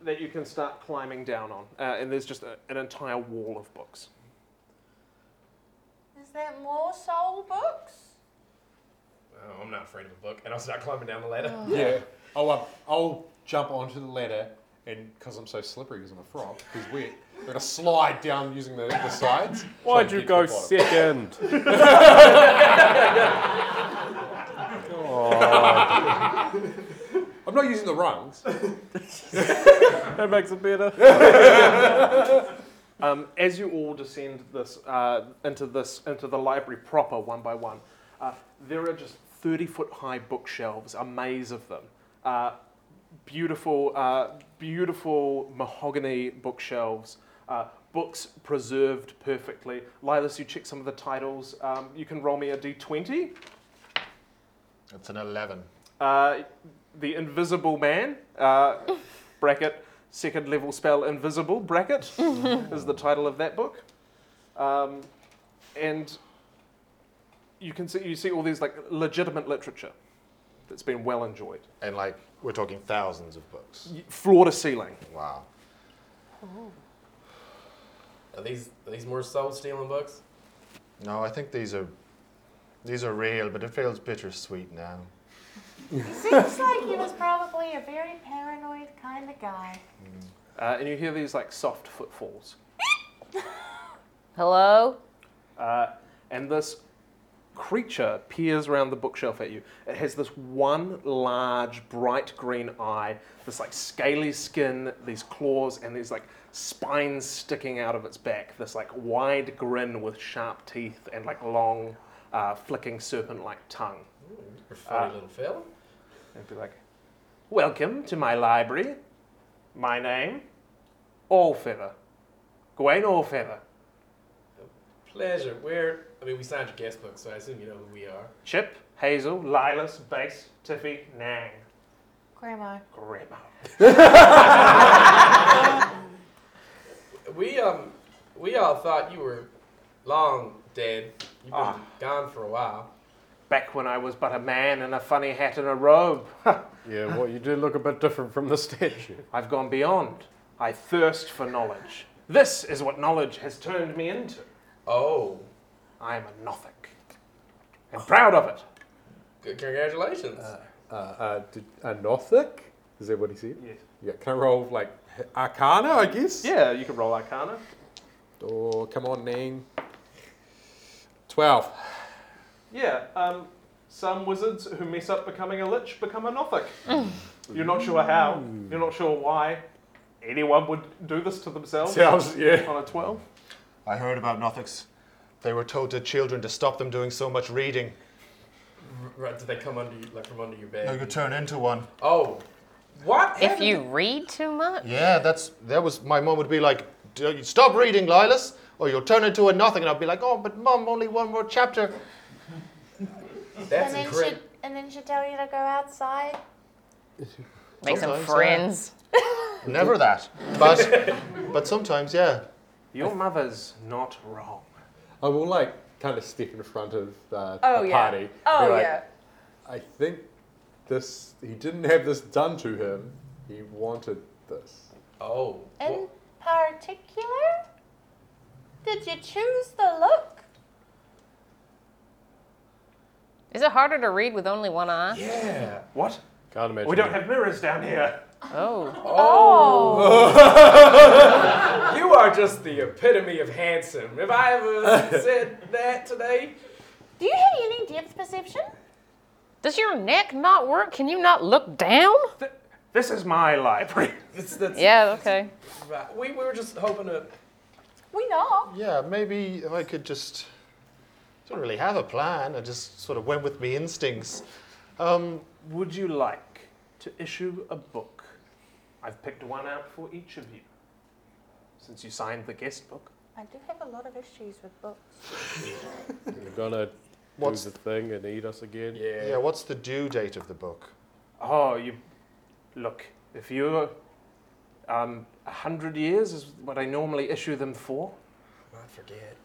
A: that you can start climbing down on, uh, and there's just a, an entire wall of books.
C: Is there more soul books?
U: Oh, I'm not afraid of a book, and I'll start climbing down the ladder.
J: Yeah. Oh, um, I'll jump onto the ladder, and because I'm so slippery, because I'm a frog, because wet, I'm gonna slide down using the, the sides.
T: Why'd
J: try
T: you
J: and
T: go
J: get to
T: second?
J: the bottom.
T: God.
J: I'm not using the rungs.
T: that makes it better.
A: um, as you all descend this uh, into this into the library proper one by one, uh, there are just thirty foot high bookshelves, a maze of them. Uh, beautiful, uh, beautiful mahogany bookshelves. Uh, books preserved perfectly. Lilas, you check some of the titles. Um, you can roll me a d20.
E: It's an eleven.
A: Uh, the Invisible Man, uh, bracket, second level spell Invisible, bracket, is the title of that book. Um, and you can see you see all these like legitimate literature that's been well enjoyed.
E: And like we're talking thousands of books.
A: Floor to ceiling.
E: Wow.
O: Are these are these more soul stealing books?
E: No, I think these are these are real, but it feels bittersweet now.
H: Seems like he was probably a very paranoid kind of guy.
A: Uh, and you hear these like soft footfalls.
F: Hello?
A: Uh, and this creature peers around the bookshelf at you. It has this one large, bright green eye, this like scaly skin, these claws, and these like spines sticking out of its back. This like wide grin with sharp teeth and like long, uh, flicking serpent-like tongue.
O: You're a funny
A: Uh,
O: little fella.
A: It'd be like, Welcome to my library. My name, Allfeather. Gawain Allfeather.
O: Pleasure. Where? I mean, we signed your guest book, so I assume you know who we are.
A: Chip, Hazel, Lilas, Bass, Tiffy, Nang.
H: Grandma.
A: Grandma.
O: We um, we all thought you were long dead. You've been gone for a while.
A: Back when I was but a man in a funny hat and a robe.
J: Yeah, well, you do look a bit different from the statue.
A: I've gone beyond. I thirst for knowledge. This is what knowledge has turned me into.
O: Oh.
A: I'm a Nothic. I'm proud of it.
O: Good, congratulations.
V: Uh, uh, did, a Nothic? Is that what he said?
A: Yes.
V: Yeah, can I roll, like, Arcana, I guess?
A: Yeah, you can roll Arcana.
V: Oh, come on, Nang. 12.
A: Yeah, um, some wizards who mess up becoming a lich become a Nothic. You're not sure how, you're not sure why anyone would do this to themselves
E: Selves, yeah.
A: on a 12.
E: I heard about Nothics. They were told to children to stop them doing so much reading.
O: R- Right? Did they come under you, like from under your bed?
E: No, you could turn into one.
O: Oh, what?
F: If you read too much?
E: Yeah, that's that was my mom would be like, "Do you stop reading, Lilas, or you'll turn into a nothing. And I'd be like, oh, but mom, only one more chapter.
H: and then she and then she tell you to go outside.
F: Make some
E: Sometimes, yeah.
F: friends.
E: Never that. But but sometimes, yeah.
A: Your mother's not wrong.
V: I will, like, kind of step in front of uh,
A: Oh,
V: the
A: yeah.
V: party. and be
A: Oh,
V: like,
A: yeah.
V: I think this, he didn't have this done to him. He wanted this.
O: Oh.
H: In particular, did you choose the look?
F: Is it harder to read with only one eye?
A: Yeah. What?
J: Can't imagine.
A: We don't have mirrors down here.
F: Oh.
O: Oh. you are just the epitome of handsome. If I ever said that today,
H: Do you have any depth perception?
F: Does your neck not work? Can you not look down?
A: This is my library.
F: yeah, okay.
O: right, we, we were just hoping to.
H: We know.
E: Yeah, maybe if I could just. I don't really have a plan. I just sort of went with me instincts.
A: Um, would you like to issue a book? I've picked one out for each of you. Since you signed the guest book.
H: I do have a lot of issues with books.
J: You're gonna
E: What's-
J: do the thing and eat us again.
E: Yeah. what's the due date of the book?
A: Oh, you look. If you, um, a hundred years is what I normally issue them for.
O: I forget.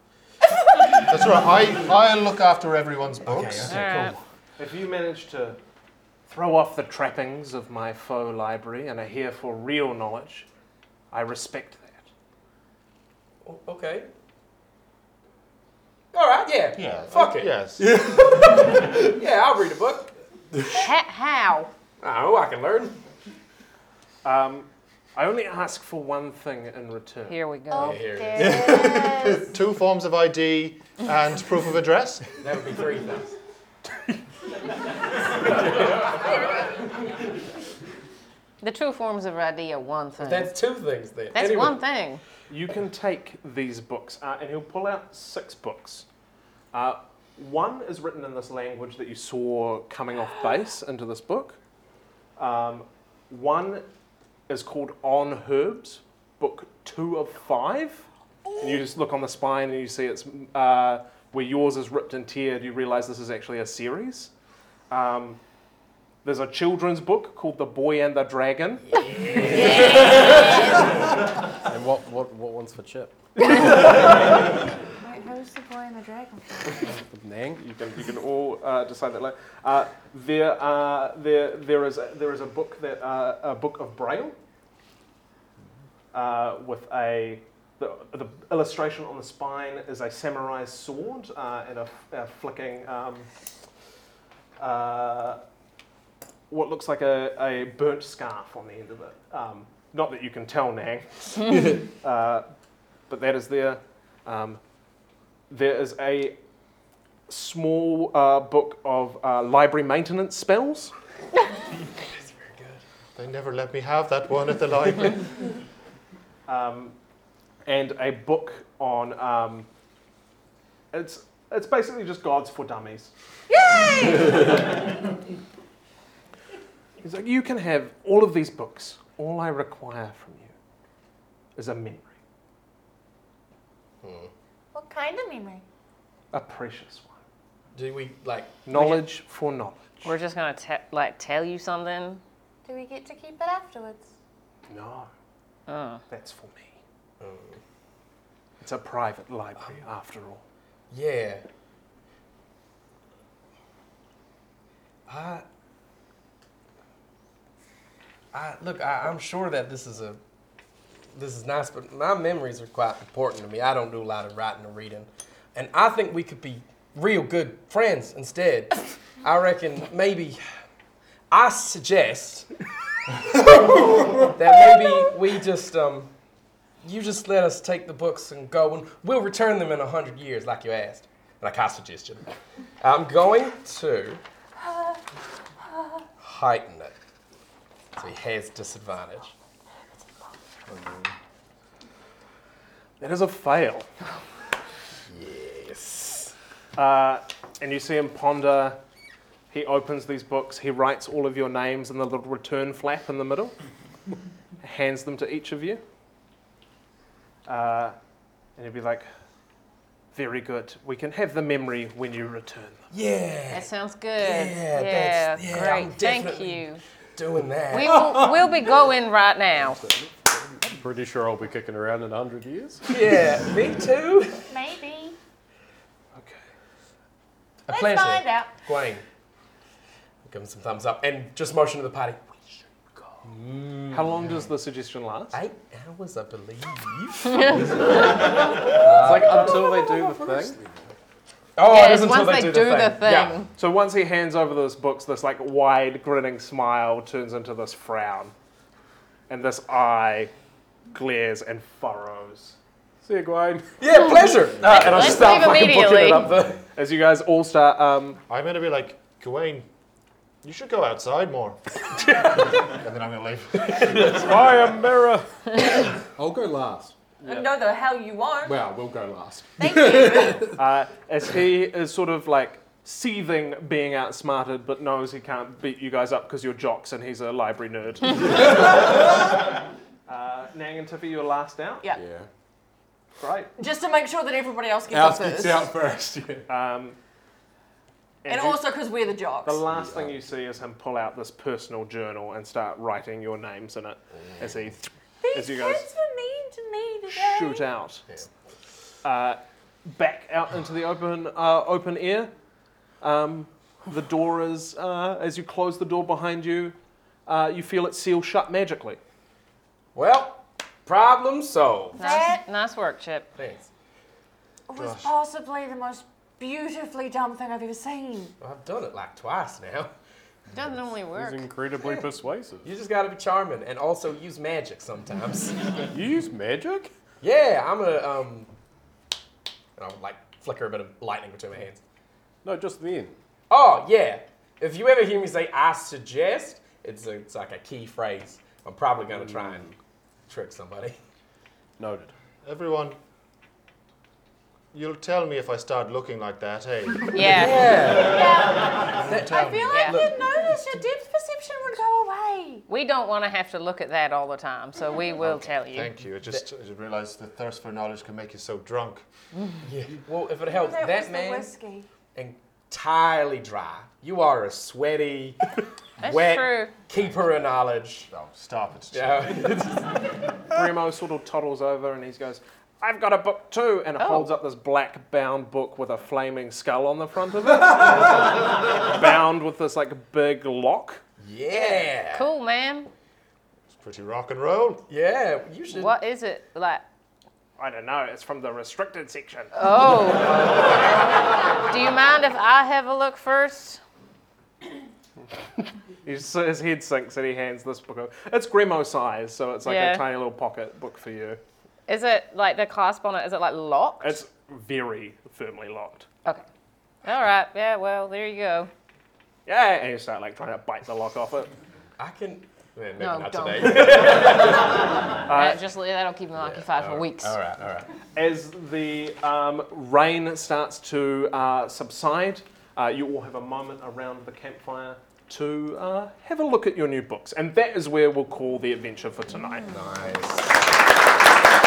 E: That's right. I I look after everyone's books.
A: If you manage to throw off the trappings of my faux library and are here for real knowledge, I respect that.
O: O- Okay. All right. Yeah.
E: Yeah.
O: Fuck it.
E: Yes.
O: yeah, I'll read a book.
F: How?
O: Oh, I can learn.
A: Um, I only ask for one thing in return.
F: Here we go.
E: Oh,
O: here
E: Two forms of ID and proof of address.
O: That would be three things.
F: The two forms of idea, one thing.
O: That's two things then.
F: That's one thing.
A: You can take these books, uh, and he'll pull out six books. Uh, one is written in this language that you saw coming off base into this book. Um, one is called On Herbs, book two of five. And you just look on the spine and you see it's uh, where yours is ripped and teared. You realize this is actually a series. Um, there's a children's book called The Boy and the Dragon.
J: and what, what, what one's for Chip?
H: Wait, who
C: Who's the boy in the dragon?
A: Nang. You can you can all uh, decide that later. Uh, there are there there is a, there is a book that uh, a book of braille uh, with a the, the illustration on the spine is a samurai's sword uh, and a, a flicking um, uh, what looks like a, a burnt scarf on the end of it. Um, not that you can tell, Nang. uh, but that is there. Um, there is a small uh, book of uh, library maintenance spells.
E: They never let me have that one at the library.
A: um, and a book on um, it's it's basically just gods for dummies. Yay! He's like, you can have all of these books. All I require from you is a memory,
C: What kind of memory?
A: a precious one.
D: Do we like
A: knowledge for knowledge?
F: We're just gonna te- like tell you something.
C: Do we get to keep it afterwards?
A: No,
F: Uh.
A: that's for me. It's a private library, after all.
D: Yeah. I, I look. I, I'm sure that this is a, this is nice, but my memories are quite important to me. I don't do a lot of writing or reading, and I think we could be real good friends instead. I reckon maybe. I suggest that maybe we just um, you just let us take the books and go, and we'll return them in a hundred years, like you asked. And I cast suggestion. I'm going to heighten it, so he has disadvantage.
A: That is a fail.
D: yes.
A: Uh, and you see him ponder. He opens these books. He writes all of your names in the little return flap in the middle. hands them to each of you. Uh, and he'd be like, "Very good. We can have the memory when you return them."
D: Yeah.
F: That sounds good.
D: Yeah,
F: Yeah,
D: that's- yeah,
F: great.
D: I'm
F: Thank
D: definitely
F: you.
D: Doing that.
F: We will, we'll be going right now.
W: Pretty sure I'll be kicking around in 100 years.
D: Yeah, me too.
C: Maybe.
D: A
C: Let's
D: pleasure.
C: find out.
D: Gwen. Give him some thumbs up and just motion to the party. We should go.
A: How long does the suggestion last?
D: Eight hours, I believe. it's
A: like until they do the thing.
D: Oh, it is until they, do, the thing. Yeah.
A: So once he hands over those books, this like wide grinning smile turns into this frown, and this eye glares and furrows. See you, Gwyn.
F: Hmm.
D: Yeah, pleasure.
E: Uh, and I Let's start leave fucking booking immediately. it up
A: there. As you guys all start, um,
E: I'm gonna be like, Gawain, you should go outside more. and then I'm gonna leave.
J: I am Mira. I'll go last.
H: No, the hell you won't.
J: Well, we'll go last.
A: uh, as he is sort of like seething being outsmarted, but knows he can't beat you guys up because you're jocks and he's a library nerd. uh, Nang and Tiffy, you're last out.
H: Yeah.
J: Yeah.
A: Great.
H: Just to make sure that everybody else gets
J: Ours
H: up first.
J: gets out first.
A: Yeah. Um,
H: And
A: you-
H: also because we're the jocks.
A: The last thing you see is him pull out this personal journal and start writing your names in it as he, as you guys
C: That's for mean to me today.
A: shoot out. Uh, back out into the open uh, open air. Um, the door is uh, as you close the door behind you. Uh, you feel it seal shut magically.
D: Well, problem solved.
F: Nice, nice work, Chip.
D: Thanks.
H: It was
D: Gosh.
H: possibly the most beautifully dumb thing I've ever seen.
D: I've done it like twice now.
F: Doesn't normally work.
W: incredibly persuasive.
D: You just gotta be charming and also use magic sometimes.
W: you use magic?
D: Yeah, I'm gonna um, and I'll like flicker a bit of lightning between my hands.
W: No, just then.
D: Oh yeah, if you ever hear me say "I suggest," it's a, it's like a key phrase. I'm probably gonna try and trick somebody.
W: Noted.
E: Everyone, you'll tell me if I start looking like that, hey?
C: Yeah.
D: Yeah.
C: I feel like
F: Yeah.
C: you'd notice your depth perception would go away.
F: We don't want to have to look at that all the time, so we will tell you.
E: Thank you. I just I realized the thirst for knowledge can make you so drunk.
D: Yeah. Well, if it helps,
C: that, was
D: that
C: the
D: man
C: whiskey.
D: entirely dry. You are a sweaty,
C: That's
D: wet
C: true.
D: keeper of knowledge.
E: Oh, stop it.
D: Yeah.
A: Remo sort of toddles over and he goes,
J: I've got a book too, and
X: Oh.
J: holds up this black bound book with a flaming skull on the front of it, bound with this like big lock.
Y: Yeah.
F: Cool, man.
J: It's pretty rock and roll. Yeah, you should.
F: What is it like?
J: I don't know. It's from the restricted section.
F: Oh. Do you mind if I have a look first?
J: His, his head sinks and he hands this book. Over. It's Grimo size, so it's like
F: Yeah.
J: a tiny little pocket book for you.
F: Is it like the clasp on it? Is it like
A: Uh,
F: locked?
J: It's very firmly locked.
F: Okay. All right. Yeah. Well, there you go.
J: Yeah, and you start like trying to bite the lock off it.
Y: I can. Man,
F: No, don't.
J: Uh,
F: Uh, just that'll keep them occupied for weeks.
J: As the um, rain starts to uh, subside, uh, you all have a moment around the campfire to uh, have a look at your new books, and that is where we'll call the adventure for tonight. Nice.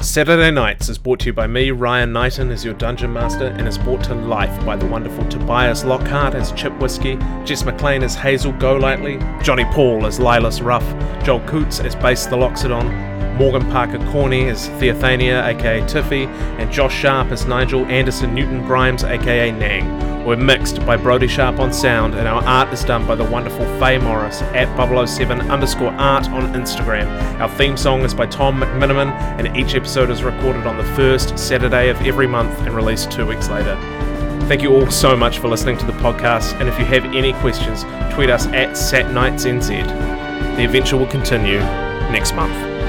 A: Saturday Nights is brought to you by me, Ryan Knighton, as your Dungeon Master, and is brought to life by the wonderful Tobias Lockhart as Chip Whiskey, Jess McLean as Hazel Golightly, Johnny Paul as Lilas Ruff, Joel Coots as Bass the Loxodon, Morgan Parker Corney as Theophania, aka Tiffy, and Josh Sharp as Nigel Anderson Newton Grimes, aka Nang. We're mixed by Brody Sharp on sound, and our art is done by the wonderful Faye Morris at 007 underscore art on Instagram. Our theme song is by Tom McMiniman, and each episode is recorded on the first Saturday of every month and released two weeks later. Thank you all so much for listening to the podcast, and if you have any questions, tweet us at SatNightsNZ. The adventure will continue next month.